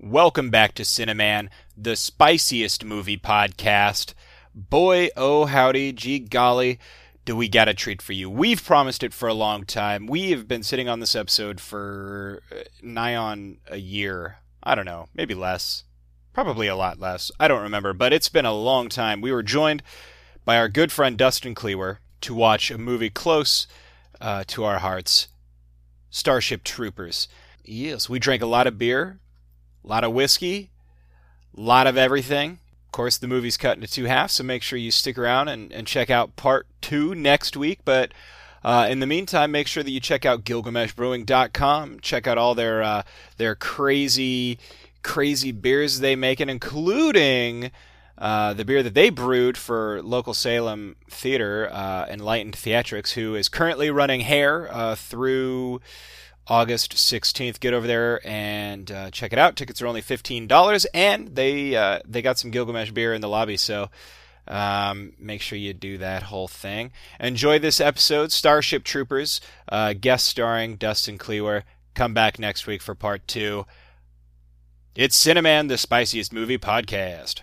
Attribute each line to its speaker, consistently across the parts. Speaker 1: Welcome back to Cineman, the spiciest movie podcast. Boy, oh, howdy, gee golly, do we got a treat for you. We've promised it for a long time. We have been sitting on this episode for uh, nigh on a year. I don't know, maybe less. Probably a lot less. I don't remember, but it's been a long time. We were joined by our good friend Dustin Clewer to watch a movie close uh, to our hearts Starship Troopers. Yes, we drank a lot of beer, a lot of whiskey, a lot of everything. Of course, the movie's cut into two halves, so make sure you stick around and, and check out part two next week. But uh, in the meantime, make sure that you check out GilgameshBrewing.com. Check out all their uh, their crazy, crazy beers they make, and including uh, the beer that they brewed for local Salem theater, uh, Enlightened Theatrics, who is currently running hair uh, through August 16th. Get over there and uh, check it out. Tickets are only $15, and they uh, they got some Gilgamesh beer in the lobby, so um, make sure you do that whole thing. Enjoy this episode, Starship Troopers, uh, guest starring Dustin Clewer. Come back next week for part two. It's Cineman, the spiciest movie podcast.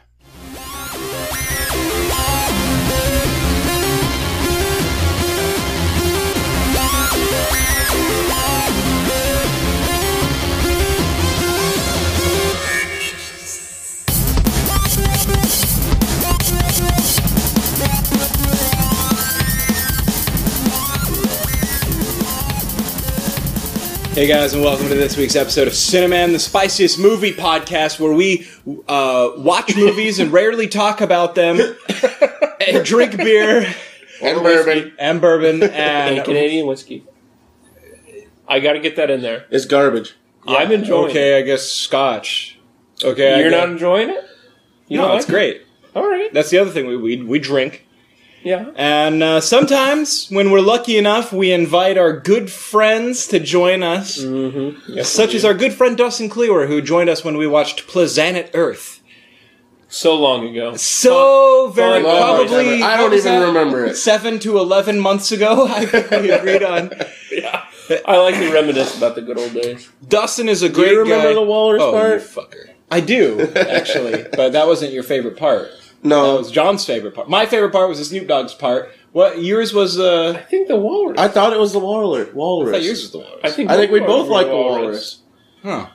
Speaker 1: Hey guys, and welcome to this week's episode of Cineman, the spiciest movie podcast, where we uh, watch movies and rarely talk about them, and drink beer
Speaker 2: and bourbon.
Speaker 1: and bourbon,
Speaker 3: and
Speaker 1: and
Speaker 3: Canadian whiskey. I got to get that in there.
Speaker 2: It's garbage.
Speaker 3: I'm enjoying
Speaker 1: okay, I guess scotch. Okay,
Speaker 3: it.
Speaker 1: I
Speaker 3: You're
Speaker 1: guess-
Speaker 3: not enjoying it? You
Speaker 1: No,
Speaker 3: don't
Speaker 1: it's
Speaker 3: like
Speaker 1: great.
Speaker 3: It? All right.
Speaker 1: That's the other thing we we, we drink,
Speaker 3: Yeah.
Speaker 1: and uh, sometimes when we're lucky enough, we invite our good friends to join us,
Speaker 3: Mm-hmm.
Speaker 1: such as our good friend Dustin Clewer, who joined us when we watched Planet Earth.
Speaker 3: So long ago.
Speaker 1: So very
Speaker 3: fun memories.
Speaker 1: probably.
Speaker 2: I
Speaker 1: what
Speaker 2: don't
Speaker 1: was
Speaker 2: even
Speaker 1: that?
Speaker 2: remember it.
Speaker 1: Seven to eleven months ago, I think we agreed on.
Speaker 3: I like to reminisce about the good old days.
Speaker 1: Dustin is a great
Speaker 3: you remember
Speaker 1: guy.
Speaker 3: the walrus
Speaker 1: oh,
Speaker 3: part?
Speaker 1: You fucker. I do actually, but that wasn't your favorite part. That
Speaker 2: No,
Speaker 1: was John's favorite part. My favorite part was the Snoop Dogg's part. What yours was? Uh,
Speaker 3: I think the walrus.
Speaker 2: I thought it was the walrus. Walrus.
Speaker 1: I thought yours was the walrus.
Speaker 3: think,
Speaker 2: I think we
Speaker 3: ours
Speaker 2: both
Speaker 3: were
Speaker 2: like the walrus.
Speaker 1: Huh.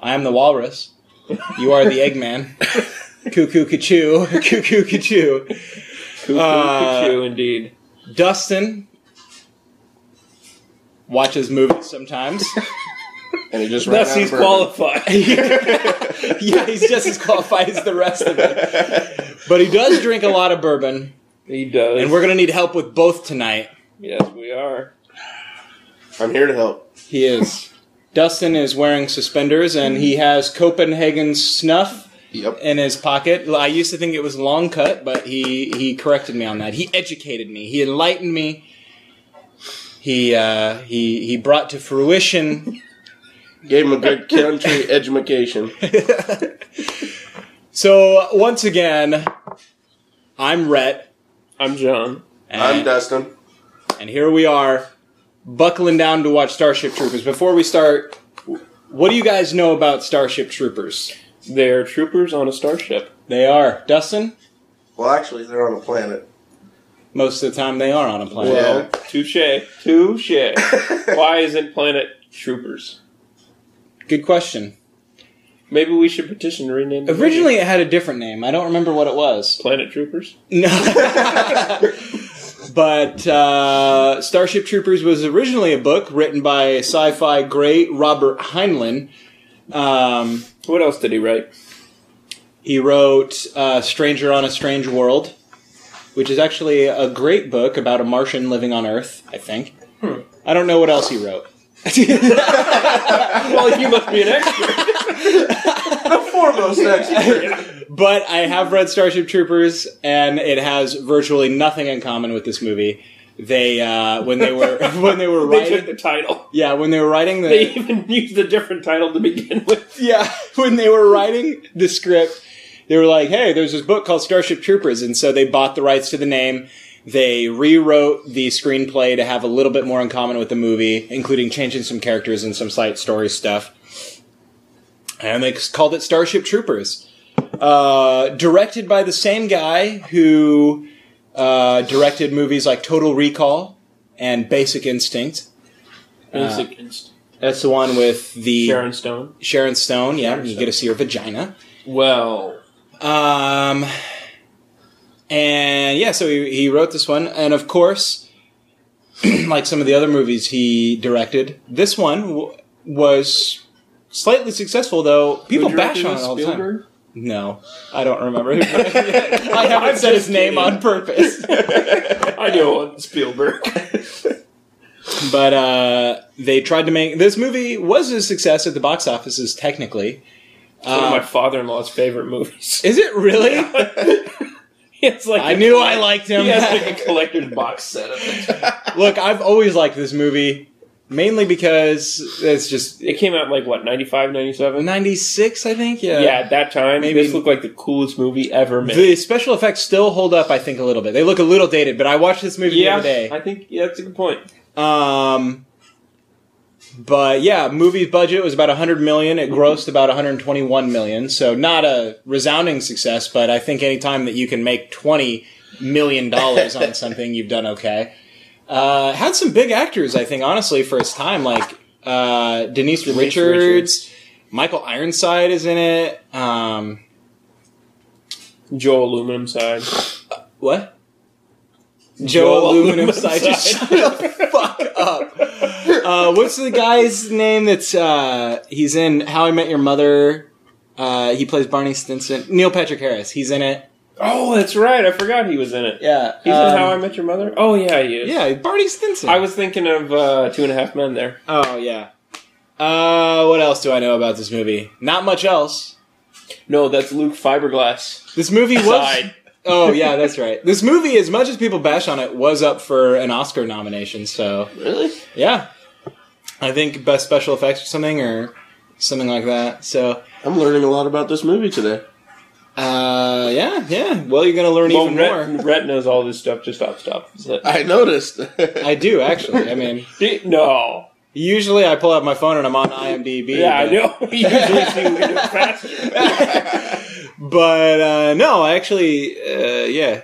Speaker 1: I am the walrus. You are the Eggman. Cuckoo, cuckoo, cuckoo, cuckoo.
Speaker 3: Cuckoo,
Speaker 1: Uh,
Speaker 3: cuckoo, indeed.
Speaker 1: Dustin watches movies sometimes.
Speaker 2: And it just ran
Speaker 3: Thus,
Speaker 2: out
Speaker 3: he's
Speaker 2: of bourbon.
Speaker 3: qualified.
Speaker 1: yeah, he's just as qualified as the rest of us. But he does drink a lot of bourbon,
Speaker 3: he does.
Speaker 1: and we're going to need help with both tonight.
Speaker 3: yes, we are.
Speaker 2: I'm here to help.
Speaker 1: He is. Dustin is wearing suspenders, and he has Copenhagen snuff
Speaker 2: Yep.
Speaker 1: in his pocket. I used to think it was long cut, but he, he corrected me on that. He educated me. He enlightened me. He uh, he he brought to fruition.
Speaker 2: Gave him a good country education.
Speaker 1: So once again, I'm Rhett.
Speaker 3: I'm John.
Speaker 1: And
Speaker 2: I'm Dustin.
Speaker 1: And here we are, buckling down to watch Starship Troopers. Before we start, what do you guys know about Starship Troopers?
Speaker 3: They're troopers on a starship.
Speaker 1: They are, Dustin,
Speaker 2: Well, actually, they're on a planet.
Speaker 1: most of the time they are on a planet.
Speaker 2: Yeah.
Speaker 3: Oh, Touche. Touche. Why isn't Planet Troopers?
Speaker 1: Good question.
Speaker 3: Maybe we should petition to rename the movie
Speaker 1: Originally it had a different name. I don't remember what it was.
Speaker 3: Planet Troopers.
Speaker 1: No. but uh, Starship Troopers was originally a book written by sci fi great Robert Heinlein. Um,
Speaker 3: What else did he write?
Speaker 1: He wrote uh, Stranger on a Strange World, which is actually a great book about a Martian living on Earth, I think. I don't know what else he wrote.
Speaker 3: Well, you must be an expert.
Speaker 2: Foremost expert.
Speaker 1: But I have read Starship Troopers, and it has virtually nothing in common with this movie. They uh, when they were when they were
Speaker 3: They took
Speaker 1: writing
Speaker 3: the title.
Speaker 1: yeah when they were writing the
Speaker 3: They even used a different title to begin with.
Speaker 1: yeah, when they were writing the script, they were like, "Hey, there's this book called Starship Troopers," and so they bought the rights to the name. They rewrote the screenplay to have a little bit more in common with the movie, including changing some characters and some side story stuff.
Speaker 4: and they called it Starship Troopers. Uh, directed by the same guy who uh, directed movies like Total Recall and Basic Instinct. Uh,
Speaker 3: Basic instinct.
Speaker 4: That's the one with the
Speaker 3: Sharon Stone.
Speaker 4: Sharon Stone. Yeah,
Speaker 3: Sharon
Speaker 4: you
Speaker 3: Stone.
Speaker 4: get to see her vagina.
Speaker 3: Well,
Speaker 4: Um, and yeah, so he, he wrote this one, and of course, like some of the other movies he directed, this one w- was slightly successful. Though people bash on it all the time. No, I don't remember. Who directed it. I haven't said his name on purpose.
Speaker 3: I know it's Spielberg.
Speaker 4: But uh, they tried to make this movie was a success at the box offices. Technically,
Speaker 3: It's one of
Speaker 4: Uh,
Speaker 3: my father-in-law's favorite movies.
Speaker 4: is it really?
Speaker 3: It's like
Speaker 4: I knew I liked him.
Speaker 3: He has like a collector's box set of it.
Speaker 4: Look, I've always liked this movie, mainly because it's just
Speaker 3: It came out in like what 95, 97?
Speaker 4: '96, I think. Yeah.
Speaker 3: Yeah, at that time,
Speaker 4: Maybe-
Speaker 3: this looked like the coolest movie ever made.
Speaker 4: The special effects still hold up, I think, a little bit. They look a little dated, but I watched this movie
Speaker 3: yeah,
Speaker 4: the
Speaker 3: I
Speaker 4: other day.
Speaker 3: think yeah, that's a good point.
Speaker 4: Um, but yeah, movie budget was about 100 million. It grossed about 121 million, so not a resounding success. But I think any time that you can make 20 million dollars on something, you've done okay. Uh, had some big actors, I think, honestly, for its time, like uh, Denise, Richards.
Speaker 3: Richards.
Speaker 4: Michael Ironside is in it. Um,
Speaker 3: Joe Aluminum Side.
Speaker 4: what? Joe,
Speaker 3: Joe
Speaker 4: Aluminum
Speaker 3: Aluminum
Speaker 4: Side. Just
Speaker 3: Side.
Speaker 4: shut the fuck up. Uh, what's the guy's name that's uh, he's in How I Met Your Mother? Uh, he plays Barney Stinson. Neil Patrick Harris. He's in it.
Speaker 3: Oh, that's right. I forgot he was in it.
Speaker 4: Yeah.
Speaker 3: He's
Speaker 4: um,
Speaker 3: in How I Met Your Mother. Oh yeah, he is.
Speaker 4: Yeah, Barney Stinson.
Speaker 3: I was thinking of uh, Two and a Half Men there.
Speaker 4: oh yeah. Uh, what else do I know about this movie? Not much else.
Speaker 3: No, that's Luke Fiberglass.
Speaker 4: This movie was.
Speaker 3: Side.
Speaker 4: Oh yeah, that's right. This movie, as much as people bash on it, was up for an Oscar nomination. So
Speaker 3: Really?
Speaker 4: yeah, I think best special effects or something or something like that. So
Speaker 2: I'm learning a lot about this movie today.
Speaker 4: uh, yeah, yeah. Well, you're gonna learn
Speaker 3: Well,
Speaker 4: even
Speaker 3: Rhett,
Speaker 4: more.
Speaker 3: Rhett knows all this stuff. Just stop, stop. Is that-
Speaker 2: I noticed.
Speaker 4: I do actually. I mean,
Speaker 3: Di- no.
Speaker 4: usually I pull out my phone and I'm on IMDb.
Speaker 3: Yeah, I
Speaker 4: but-
Speaker 3: know. You usually see we do it faster.
Speaker 4: But uh, no, I actually, uh, yeah,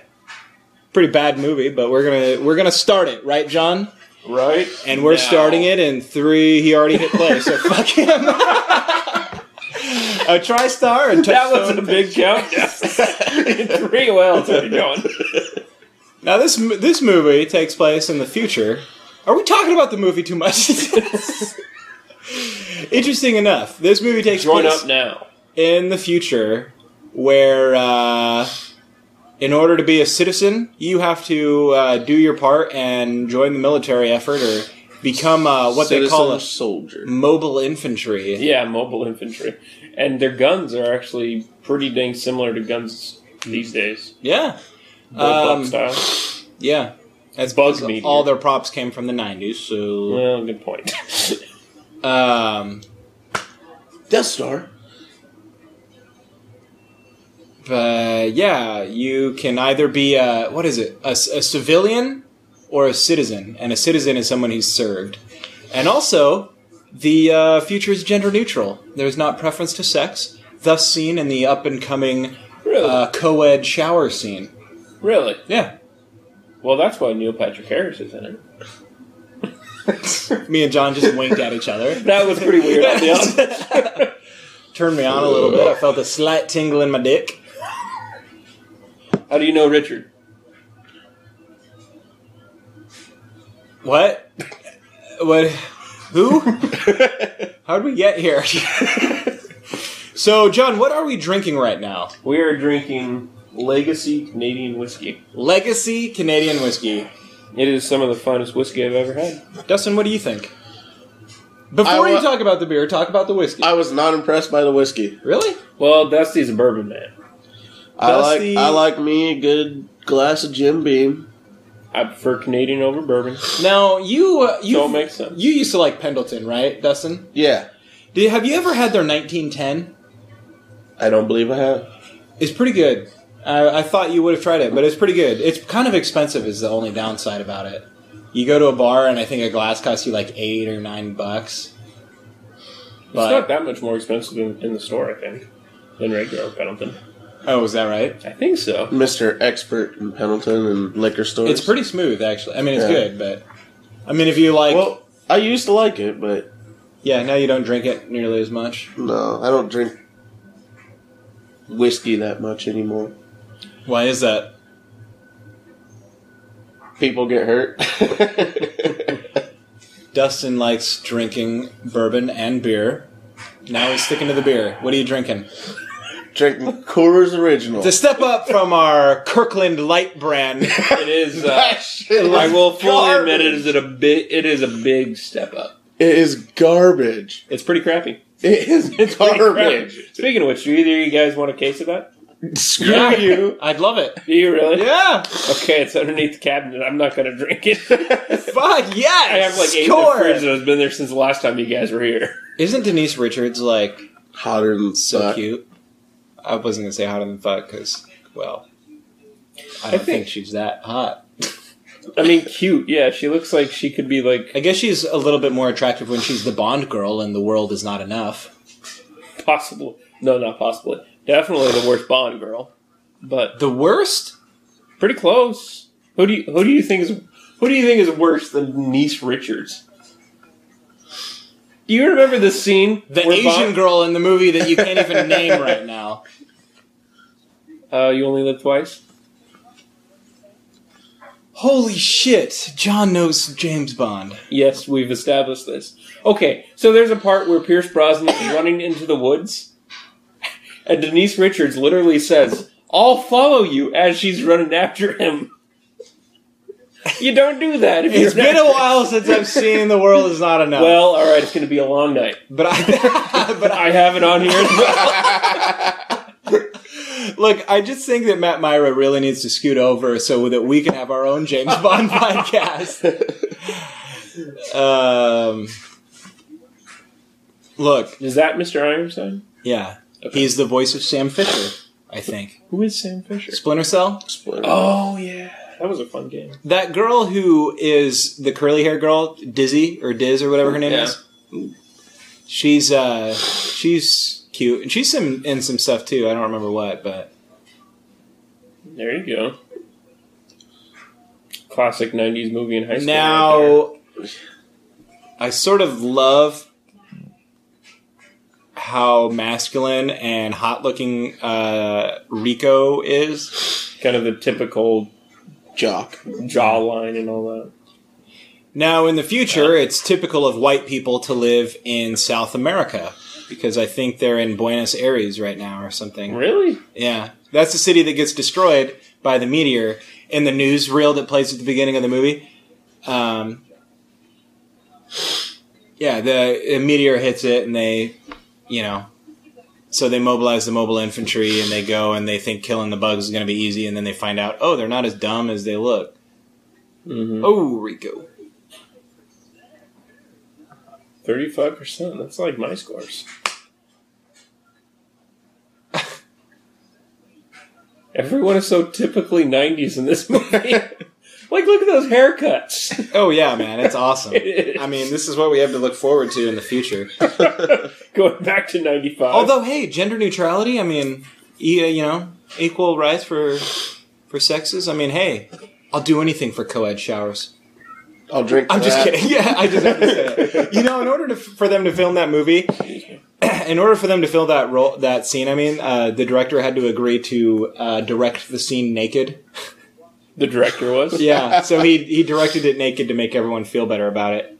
Speaker 4: pretty bad movie. But we're gonna we're gonna start it, right, John?
Speaker 3: Right?
Speaker 4: And we're
Speaker 3: now.
Speaker 4: starting it in three. He already hit play, so fuck him. a TriStar and
Speaker 3: That was a
Speaker 4: Touchstone.
Speaker 3: big countdown. Three wells. What are you doing?
Speaker 4: now this m- this movie takes place in the future. Are we talking about the movie too much? Interesting enough, this movie takes
Speaker 3: Join
Speaker 4: place
Speaker 3: up now.
Speaker 4: in the future, where uh, in order to be a citizen, you have to uh, do your part and join the military effort or become uh, what they call
Speaker 2: Citizen
Speaker 4: a
Speaker 2: soldier.
Speaker 4: mobile infantry.
Speaker 3: Yeah, mobile infantry. And their guns are actually pretty dang similar to guns these days.
Speaker 4: Yeah.
Speaker 3: Bullpup
Speaker 4: Um,
Speaker 3: style.
Speaker 4: Yeah. That's
Speaker 3: Bug
Speaker 4: because
Speaker 3: meteor.
Speaker 4: All their props came from the 90s, so.
Speaker 3: Well, good point.
Speaker 4: Um,
Speaker 2: Death Star.
Speaker 4: but yeah, you can either be a, what is it, a, s- a civilian or a citizen. And a citizen is someone who's served. And also, the uh, future is gender neutral. There's not preference to sex, thus seen in the up and coming
Speaker 3: Really?
Speaker 4: uh, co ed shower scene.
Speaker 3: really?
Speaker 4: Yeah.
Speaker 3: Well, that's why Neil Patrick Harris is in it.
Speaker 4: Me and John just winked at each other.
Speaker 3: That was pretty weird. I'll be honest.
Speaker 4: Turned me on a little bit. I felt a slight tingle in my dick.
Speaker 3: How do you know Richard?
Speaker 4: What? What? Who? How'd we get here? so, John, what are we drinking right now?
Speaker 3: We are drinking Legacy Canadian whiskey.
Speaker 4: Legacy Canadian whiskey.
Speaker 3: It is some of the finest whiskey I've ever had.
Speaker 4: Dustin, what do you think? Before
Speaker 2: I
Speaker 4: you
Speaker 2: wa-
Speaker 4: talk about the beer, talk about the whiskey.
Speaker 2: I was not impressed by the whiskey.
Speaker 4: really?
Speaker 3: Well, Dusty's a bourbon man.
Speaker 2: I like
Speaker 4: Dusty-
Speaker 2: I like me a good glass of Jim Beam.
Speaker 3: I prefer Canadian over bourbon.
Speaker 4: Now you uh, you
Speaker 3: Don't make sense.
Speaker 4: You used to like Pendleton, right, Dustin?
Speaker 2: Yeah,
Speaker 4: Did, have you ever had their 1910?
Speaker 2: I don't believe I have.
Speaker 4: It's pretty good. I, I thought you would have tried it, but it's pretty good. It's kind of expensive, is the only downside about it. You go to a bar, and I think a glass costs you like eight or nine bucks. But-
Speaker 3: it's not that much more expensive in, in the store, I think, than regular Pendleton.
Speaker 4: oh, is that right?
Speaker 3: I think so.
Speaker 2: Mr. Expert in Pendleton and liquor stores.
Speaker 4: It's pretty smooth, actually. I mean, it's
Speaker 2: Yeah.
Speaker 4: good, but I mean, if you like,
Speaker 2: Well, I used to like it, but
Speaker 4: yeah, now you don't drink it nearly as much.
Speaker 2: no, I don't drink whiskey that much anymore.
Speaker 4: Why is that?
Speaker 2: People get hurt.
Speaker 4: Dustin likes drinking bourbon and beer. Now he's sticking to the beer. What are you drinking?
Speaker 2: Drinking Coors Original.
Speaker 4: To step up from our Kirkland Light brand,
Speaker 3: It is. Uh,
Speaker 2: That shit
Speaker 3: I
Speaker 2: is
Speaker 3: will fully admit it
Speaker 2: garbage.
Speaker 3: is a big. It is a big step up.
Speaker 2: It is garbage.
Speaker 3: It's pretty crappy.
Speaker 2: It is
Speaker 3: Pretty
Speaker 2: garbage.
Speaker 3: crappy. Speaking of which, do either of you guys want a case of that?
Speaker 2: Screw
Speaker 4: Yeah.
Speaker 2: you.
Speaker 4: I'd love it.
Speaker 3: Do you really?
Speaker 4: Yeah,
Speaker 3: Okay, it's underneath the cabinet. I'm not going to drink it.
Speaker 4: fuck yes.
Speaker 3: I have like eight in the fridge that has been there since the last time you guys were here.
Speaker 4: Isn't Denise Richards like
Speaker 2: Hotter than
Speaker 4: so
Speaker 2: fuck.
Speaker 4: cute? I wasn't gonna say hotter than fuck because, well, I don't
Speaker 3: think-
Speaker 4: think she's that hot.
Speaker 3: I mean, cute. Yeah, she looks like she could be like
Speaker 4: I guess she's a little bit more attractive when she's the Bond girl, and the world is not enough.
Speaker 3: possible. No, not possibly. Definitely the worst Bond girl, but
Speaker 4: The worst?
Speaker 3: pretty close. Who do you who do you think is who do you think is worse than Denise Richards? Do you remember this scene?
Speaker 4: The
Speaker 3: where
Speaker 4: Asian
Speaker 3: Bond-
Speaker 4: girl in the movie that you can't even name right now.
Speaker 3: Uh, you only live twice.
Speaker 4: Holy shit! John knows James Bond.
Speaker 3: Yes, we've established this. Okay, so there's a part where Pierce Brosnan is running into the woods, and Denise Richards literally says, "I'll follow you" as she's running after him. You don't do that. If
Speaker 4: It's
Speaker 3: you're
Speaker 4: been
Speaker 3: not-
Speaker 4: a while since I've seen The World Is Not Enough.
Speaker 3: Well, all right, it's going to be a long night.
Speaker 4: but I, but I,
Speaker 3: I have it on here. as well.
Speaker 4: look, I just think that Matt Myra really needs to scoot over so that we can have our own James Bond podcast. Um, look,
Speaker 3: Is that Mr. Ironstone?
Speaker 4: yeah, he's the voice of Sam Fisher, I think.
Speaker 3: Who is Sam Fisher?
Speaker 4: Splinter Cell.
Speaker 2: Splinter.
Speaker 3: Oh yeah, that was a fun game.
Speaker 4: That girl who is the curly hair girl, Dizzy or Diz or whatever her name
Speaker 3: Yeah.
Speaker 4: is. She's uh she's cute and she's some in some stuff too. I don't remember what, but
Speaker 3: There you go. Classic '90s movie in high school. right
Speaker 4: now I sort of love how masculine and hot looking uh Rico is.
Speaker 3: there. kind of the typical
Speaker 2: Jock.
Speaker 3: jawline and all that.
Speaker 4: Now in the future it's typical of white people to live in South America because I think they're in Buenos Aires right now or something.
Speaker 3: Really?
Speaker 4: Yeah. That's the city that gets destroyed by the meteor in the newsreel that plays at the beginning of the movie. Um, yeah, the, the meteor hits it and they, you know, so they mobilize the mobile infantry and they go and they think killing the bugs is going to be easy and then they find out, oh, they're not as dumb as they look.
Speaker 3: Mhm.
Speaker 4: Oh, Rico.
Speaker 3: Thirty-five percent. That's like my scores. Everyone is so typically '90s in this movie. like, look at those haircuts.
Speaker 4: Oh, yeah, man. It's awesome.
Speaker 3: It is.
Speaker 4: I mean, this is what we have to look forward to in the future.
Speaker 3: Going back to '95.
Speaker 4: Although, hey, gender neutrality. I mean, e- uh, you know, equal rights for for sexes. I mean, hey, I'll do anything for co-ed showers.
Speaker 2: I'll drink.
Speaker 4: I'm just
Speaker 2: that.
Speaker 4: kidding. Yeah, I just have to say it. You know, in order to, for them to film that movie, in order for them to film that role, that scene, I mean, uh, the director had to agree to uh, direct the scene naked.
Speaker 3: the director was.
Speaker 4: Yeah, so he he directed it naked to make everyone feel better about it.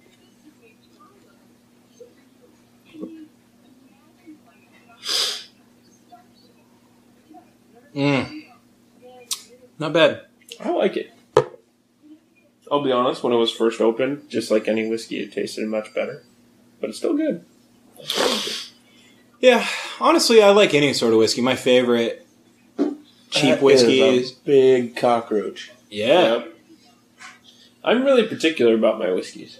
Speaker 4: Mm. Not bad.
Speaker 3: I like it. I'll be honest, when it was first opened, just like any whiskey, it tasted much better. But it's still good.
Speaker 4: Yeah, honestly, I like any sort of whiskey. My favorite cheap whiskey
Speaker 2: That
Speaker 4: is, um,
Speaker 2: is a big cockroach.
Speaker 4: yeah.
Speaker 3: Yep. I'm really particular about my whiskeys.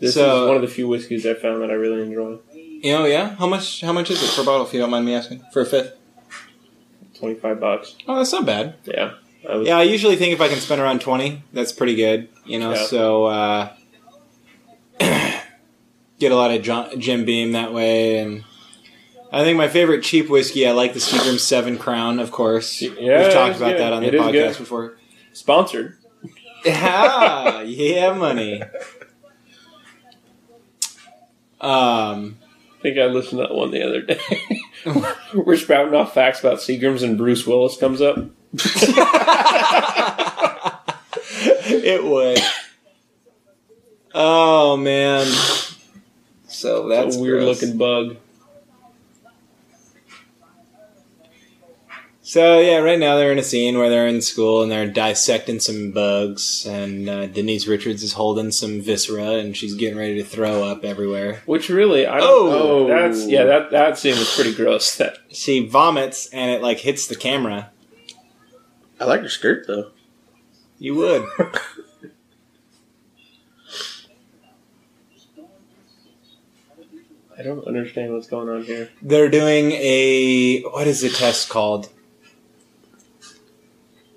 Speaker 3: This
Speaker 4: So-
Speaker 3: is one of the few whiskeys I found that I really enjoy.
Speaker 4: You know, yeah. How much? How much is it per bottle? If you don't mind me asking, for a fifth.
Speaker 3: Twenty five bucks.
Speaker 4: Oh, that's not bad.
Speaker 3: Yeah. I was
Speaker 4: Yeah, I usually think if I can spend around twenty, that's pretty good. You know,
Speaker 3: Yeah.
Speaker 4: so uh, get a lot of John, Jim Beam that way. And I think my favorite cheap whiskey, I like the Seagram Seven Crown, of course.
Speaker 3: Yeah,
Speaker 4: We've
Speaker 3: it
Speaker 4: talked
Speaker 3: is
Speaker 4: about
Speaker 3: good.
Speaker 4: that on the
Speaker 3: It is
Speaker 4: podcast
Speaker 3: good.
Speaker 4: before.
Speaker 3: Sponsored.
Speaker 4: Yeah, yeah, money. Um,
Speaker 3: I think I listened to that one the other day. We're spouting off facts about Seagrams and Bruce Willis comes up.
Speaker 4: it would. Oh man. So that's
Speaker 3: a weird
Speaker 4: gross.
Speaker 3: looking bug.
Speaker 4: So yeah, right now they're in a scene where they're in school and they're dissecting some bugs, and uh, Denise Richards is holding some viscera and she's getting ready to throw up everywhere.
Speaker 3: Which really, I don't
Speaker 4: Oh.
Speaker 3: know. That's yeah. That that scene was pretty gross. That
Speaker 4: She vomits and it like hits the camera.
Speaker 2: I like her skirt though.
Speaker 4: You would.
Speaker 3: I don't understand what's going on here.
Speaker 4: they're doing a what is the test called?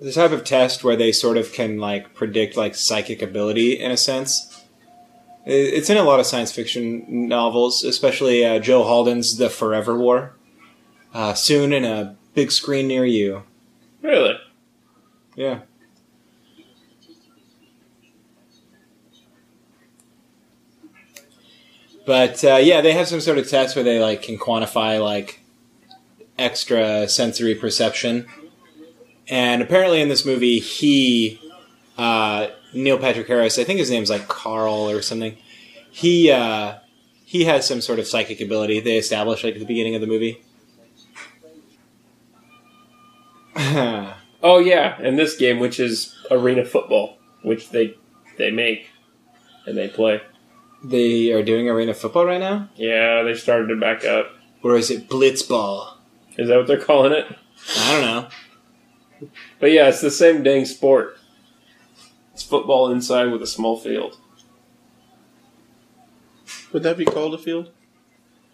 Speaker 4: The type of test where they sort of can like predict like psychic ability in a sense. I- It's in a lot of science fiction novels, especially uh, Joe Halden's *The Forever War*. Uh, soon in a big screen near you.
Speaker 3: Really,
Speaker 4: Yeah. But uh, yeah, they have some sort of test where they like can quantify like extra sensory perception, and apparently in this movie, he uh, Neil Patrick Harris, I think his name's like Carl or something. He uh, he has some sort of psychic ability they establish like at the beginning of the movie.
Speaker 3: Oh yeah, and this game, which is arena football, which they they make and they play.
Speaker 4: they are doing arena football right now.
Speaker 3: Yeah, they started to back up.
Speaker 4: Or is it Blitzball?
Speaker 3: Is that what they're calling it?
Speaker 4: I don't know.
Speaker 3: But yeah, it's the same dang sport. It's football inside with a small field.
Speaker 2: Would that be called a field?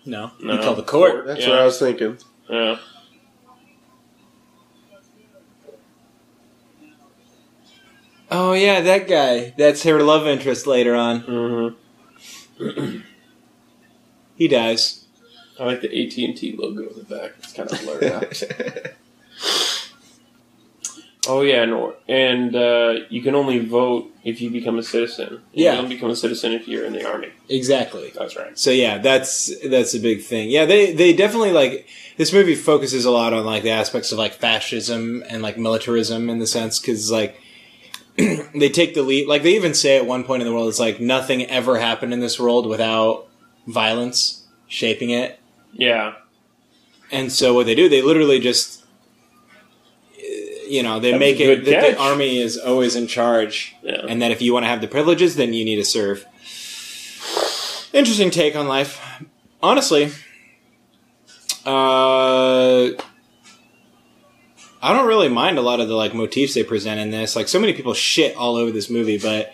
Speaker 4: No.
Speaker 3: No.
Speaker 4: You call the court.
Speaker 2: That's
Speaker 3: Yeah.
Speaker 2: what I was thinking.
Speaker 3: Yeah.
Speaker 4: Oh, yeah, that guy. That's her love interest later on.
Speaker 3: Mm-hmm.
Speaker 4: He dies.
Speaker 3: I like the AT and T logo in the back. It's kind of blurred out. Oh yeah, and or- and uh, you can only vote if you become a citizen.
Speaker 4: Yeah.
Speaker 3: you don't become a citizen if you're in the army.
Speaker 4: Exactly.
Speaker 3: That's right.
Speaker 4: So yeah, that's that's a big thing. Yeah, they they definitely like this movie focuses a lot on like the aspects of like fascism and like militarism in the sense cuz like they take the lead like they even say at one point in the world it's like nothing ever happened in this world without violence shaping it
Speaker 3: Yeah,
Speaker 4: And so what they do, they literally just, uh, you know, they
Speaker 3: That was
Speaker 4: make
Speaker 3: a
Speaker 4: it
Speaker 3: good
Speaker 4: that
Speaker 3: catch.
Speaker 4: the army is always in charge,
Speaker 3: Yeah.
Speaker 4: and that if you want to have the privileges, then you need to serve. Interesting take on life, honestly. Uh, I don't really mind a lot of the like motifs they present in this. Like so many people shit all over this movie, but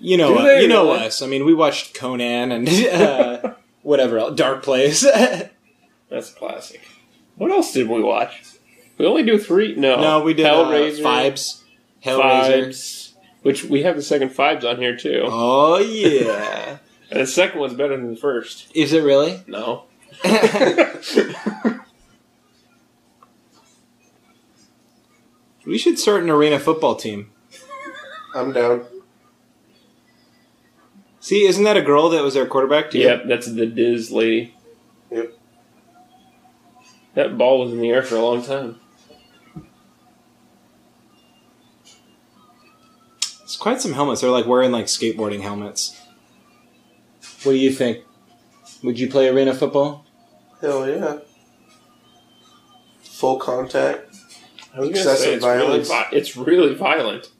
Speaker 4: you know,
Speaker 3: Do they
Speaker 4: you know
Speaker 3: really?
Speaker 4: us. I mean, we watched Conan and uh, whatever else, Dark Place.
Speaker 3: that's classic. What else did we watch? We only do three. No,
Speaker 4: No, we did
Speaker 3: Hellraiser,
Speaker 4: uh, Fibes. Hellraiser.
Speaker 3: Fibes, which we have the second Fibes on here too,
Speaker 4: Oh yeah.
Speaker 3: and the second one's better than the first.
Speaker 4: Is it really?
Speaker 3: No,
Speaker 4: We should start an arena football team.
Speaker 2: I'm down.
Speaker 4: See, isn't that a girl that was their quarterback too?
Speaker 3: yep, that's the Diz lady.
Speaker 2: Yep.
Speaker 3: That ball was in the air for a long time.
Speaker 4: It's quite some helmets. They're like wearing like skateboarding helmets. What do you think? Would you play arena football?
Speaker 2: Hell yeah. Full contact.
Speaker 3: I was gonna
Speaker 2: Excessive
Speaker 3: say it's
Speaker 2: violence.
Speaker 3: really vi- it's really violent.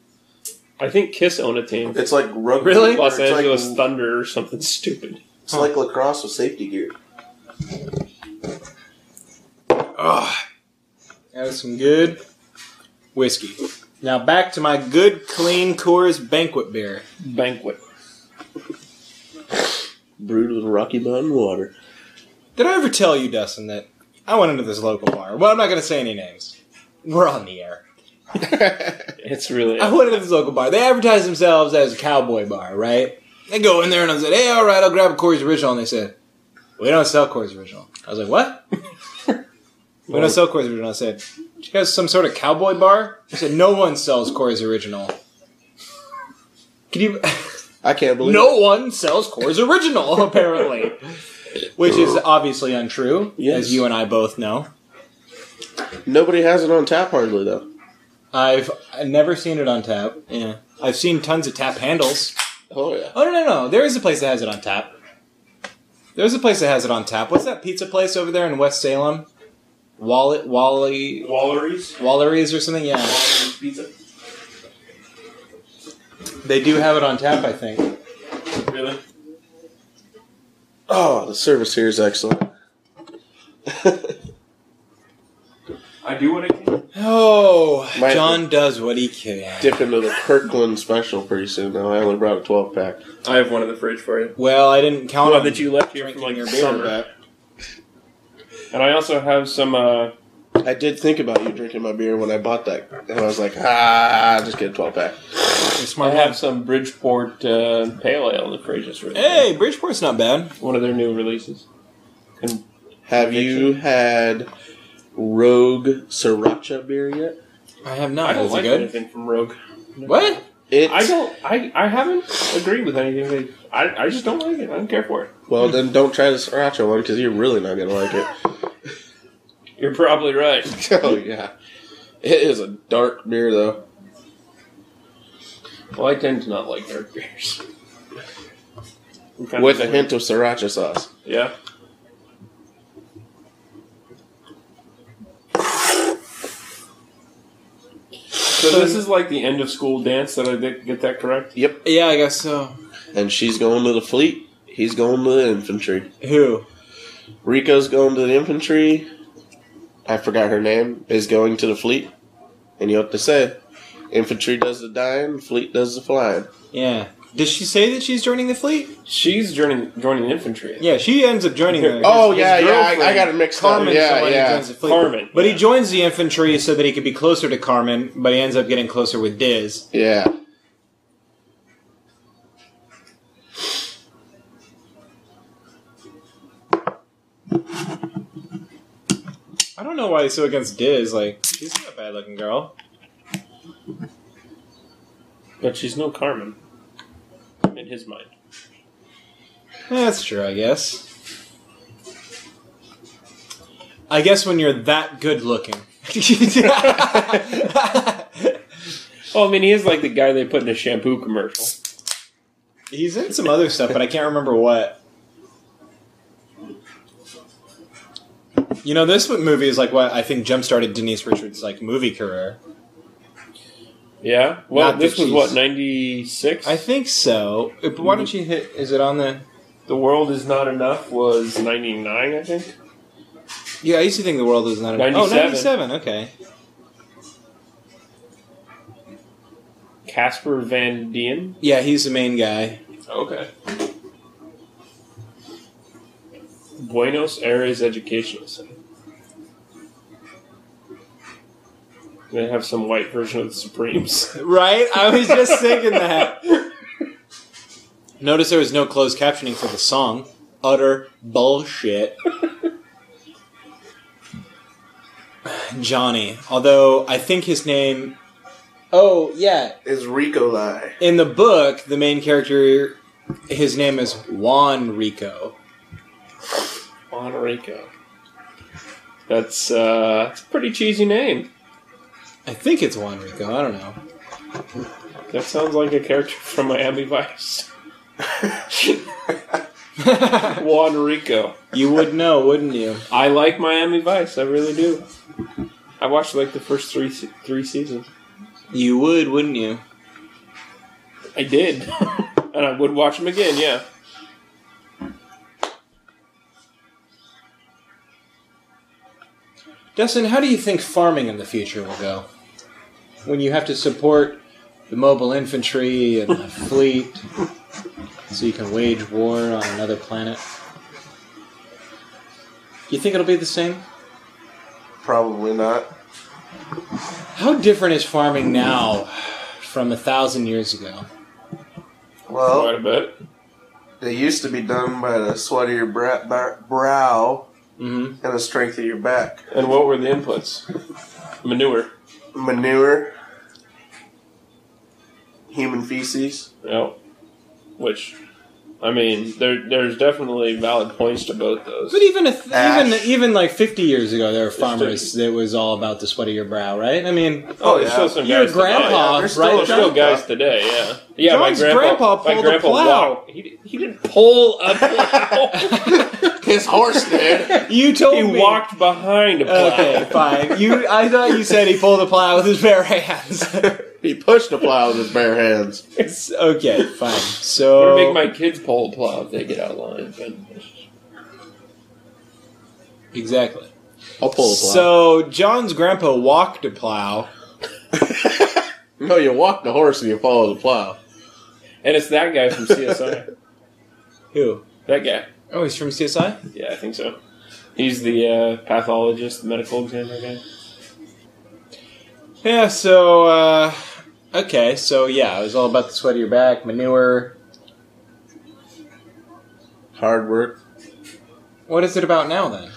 Speaker 3: I think Kiss owned a team.
Speaker 2: It's like rugby.
Speaker 4: Really?
Speaker 2: or
Speaker 3: Los
Speaker 2: it's
Speaker 3: Angeles
Speaker 2: Like,
Speaker 3: Thunder or something stupid.
Speaker 2: it's like lacrosse with safety gear.
Speaker 4: Ugh. That was some good whiskey. Now back to my good clean Coors banquet beer.
Speaker 3: Banquet.
Speaker 2: Brewed with Rocky Mountain water.
Speaker 4: Did I ever tell you, Dustin, that I went into this local bar? Well, I'm not going to say any names. We're on the air.
Speaker 3: It's really
Speaker 4: I went to this local bar. They advertise themselves as a cowboy bar, right? I go in there and I said, "Hey, all right, I'll grab a Corey's original." And they said, "We don't sell Corey's original." I was like, "What? we don't sell Corey's original." I said, "Do you guys some sort of cowboy bar?" They said, "No one sells Corey's original." Can you?
Speaker 2: I can't believe
Speaker 4: no one sells Corey's original, apparently, which is obviously untrue,
Speaker 2: Yes.
Speaker 4: as you and I both know.
Speaker 2: it. Nobody has it on tap hardly though.
Speaker 4: I've never seen it on tap. Yeah, I've seen tons of tap handles.
Speaker 2: Oh yeah.
Speaker 4: Oh no no no! There is a place that has it on tap. There's a place that has it on tap. What's that pizza place over there in West Salem? Wallet Wally
Speaker 3: Wallery's.
Speaker 4: Wallery's or something? Yeah,
Speaker 3: Wallery's pizza.
Speaker 4: they do have it on tap. I think.
Speaker 3: Really?
Speaker 2: Oh, the service here is excellent.
Speaker 3: I do what I can.
Speaker 4: Oh,
Speaker 2: My-
Speaker 4: John does what he can.
Speaker 2: Dip into the Kirkland special pretty soon though. I only brought a twelve pack.
Speaker 3: I have one in the fridge for you.
Speaker 4: Well, I didn't count
Speaker 3: One
Speaker 4: on
Speaker 3: that you left here for
Speaker 4: drinking
Speaker 3: like
Speaker 4: your beer.
Speaker 3: summer. And I also have some. uh
Speaker 2: I did think about you drinking my beer when I bought that, and I was like, ah, just get a twelve pack.
Speaker 4: You're a
Speaker 3: I
Speaker 4: smart.
Speaker 3: have some Bridgeport uh, Pale Ale in the fridge. It's really
Speaker 4: Hey, Bridgeport's not bad.
Speaker 3: good. one of their new releases.
Speaker 2: Have you had Rogue Sriracha beer yet?
Speaker 4: I have
Speaker 3: I
Speaker 4: not.
Speaker 3: don't
Speaker 4: Is
Speaker 3: like
Speaker 4: it good?
Speaker 3: anything from Rogue.
Speaker 4: What?
Speaker 2: It's,
Speaker 3: I don't. I, I haven't agreed with anything. They, I I just don't like it. I don't care for it.
Speaker 2: Well, then don't try the Sriracha one because you're really not gonna like it.
Speaker 3: You're probably right.
Speaker 2: oh yeah, it is a dark beer though.
Speaker 3: Well, I tend to not like dark beers. I'm kind of
Speaker 2: With a
Speaker 3: weird.
Speaker 2: hint of sriracha sauce.
Speaker 3: Yeah. So this is like the end of school dance. Did I did- get that correct?
Speaker 4: Yeah, I guess so.
Speaker 2: And she's going to the fleet. He's going to the infantry.
Speaker 4: Who?
Speaker 2: Rico's going to the infantry. I forgot her name. Is going to the fleet. And you know what they say? Infantry does the dying, fleet does the flying.
Speaker 4: Yeah. Does she say that she's joining the fleet?
Speaker 3: She's joining joining the infantry.
Speaker 4: Yeah, she ends up joining the.
Speaker 2: Oh
Speaker 4: his
Speaker 2: yeah, yeah. I, I
Speaker 4: girlfriend.
Speaker 2: got it mixed up.
Speaker 4: Carmen's the
Speaker 2: Yeah,
Speaker 4: one who
Speaker 2: yeah.
Speaker 4: joins the fleet.
Speaker 3: Carmen,
Speaker 4: But he
Speaker 3: yeah.
Speaker 4: joins the infantry so that he could be closer to Carmen, but he ends up getting closer with Diz.
Speaker 2: Yeah.
Speaker 4: I don't know why he's so against Diz. Like, she's not a bad looking girl.
Speaker 3: But she's no Carmen. In his mind.
Speaker 4: Eh, That's true, I guess. I guess when you're that good looking.
Speaker 3: Well, Oh, I mean, he is like the guy they put in a shampoo commercial.
Speaker 4: he's in some other stuff, but I can't remember what. You know, this movie is like what I think jump started Denise Richards' like movie career.
Speaker 3: Yeah. Well,
Speaker 4: Not
Speaker 3: this
Speaker 4: that
Speaker 3: was
Speaker 4: she's-
Speaker 3: what ninety six.
Speaker 4: I think so. But why don't you hit? Is it on the?
Speaker 3: The world is not enough was ninety nine. I think.
Speaker 4: Yeah, I used to think the world was not. Enough. Oh,
Speaker 3: 97.
Speaker 4: 97, Okay.
Speaker 3: Casper Van Dien.
Speaker 4: Yeah, he's the main guy.
Speaker 3: Okay. Buenos Aires Educational Center. They have some white version of the Supremes.
Speaker 4: Right? I was just thinking that. Notice there was no closed captioning for the song. Utter bullshit. Johnny. Although I think his name. Oh yeah,
Speaker 2: Is Rico lie?
Speaker 4: in the book, the main character, his name is Juan Rico.
Speaker 3: Monterico. That's uh, that's a pretty cheesy name.
Speaker 4: I think it's Juan Rico. I don't know.
Speaker 3: That sounds like a character from Miami Vice. Juan Rico.
Speaker 4: you would know, wouldn't you?
Speaker 3: I like Miami Vice. I really do. I watched like the first three se- three seasons.
Speaker 4: You would, wouldn't you?
Speaker 3: I did, and I would watch them again. Yeah.
Speaker 4: Dustin, how do you think farming in the future will go? When you have to support the mobile infantry and the fleet so you can wage war on another planet? You think it'll be the same?
Speaker 2: Probably not.
Speaker 4: How different is farming now from a thousand years ago?
Speaker 2: Well,
Speaker 3: Quite a bit.
Speaker 2: They used to be done by the sweat of your bra- bar- brow and the strength of your back.
Speaker 3: And what were the inputs? Manure.
Speaker 2: Manure, human feces.
Speaker 3: Yep. Which, I mean, there there's definitely valid points to both those.
Speaker 4: But even if,
Speaker 2: Ash.
Speaker 4: even even like 50 years ago, there were farmers
Speaker 3: just-
Speaker 4: that was all about the sweat of your brow, right? I mean,
Speaker 3: Oh,
Speaker 2: yeah.
Speaker 3: there's still some
Speaker 4: your
Speaker 3: guys
Speaker 4: grandpa,
Speaker 3: today.
Speaker 2: they're
Speaker 4: right?
Speaker 2: still-
Speaker 3: There's still
Speaker 4: John?
Speaker 3: guys today, yeah. Yeah,
Speaker 4: John's
Speaker 3: my
Speaker 4: grandpa
Speaker 3: grandpa, my
Speaker 4: pulled a
Speaker 3: grandpa
Speaker 4: plow.
Speaker 3: walked. He, did, he didn't pull a plow.
Speaker 2: His horse did.
Speaker 4: You told
Speaker 3: he
Speaker 4: me.
Speaker 3: walked behind a plow.
Speaker 4: Okay, fine. You, I thought you said he pulled a plow with his bare hands.
Speaker 2: he pushed the plow with his bare hands.
Speaker 4: It's- okay, fine.
Speaker 3: I'm
Speaker 4: So
Speaker 3: gonna make my kids pull a plow if they get out of line. But
Speaker 4: exactly.
Speaker 2: I'll pull a plow.
Speaker 4: So John's grandpa walked a plow.
Speaker 2: no, you walk the horse and you follow the plow.
Speaker 3: and it's that guy from CSI.
Speaker 4: Who?
Speaker 3: that guy.
Speaker 4: Oh, he's from CSI.
Speaker 3: Yeah, I think so. He's the uh, pathologist, medical examiner guy.
Speaker 4: Yeah. So uh, okay. So yeah, it was all about the sweat of your back, manure.
Speaker 2: Hard work.
Speaker 4: What is it about now then?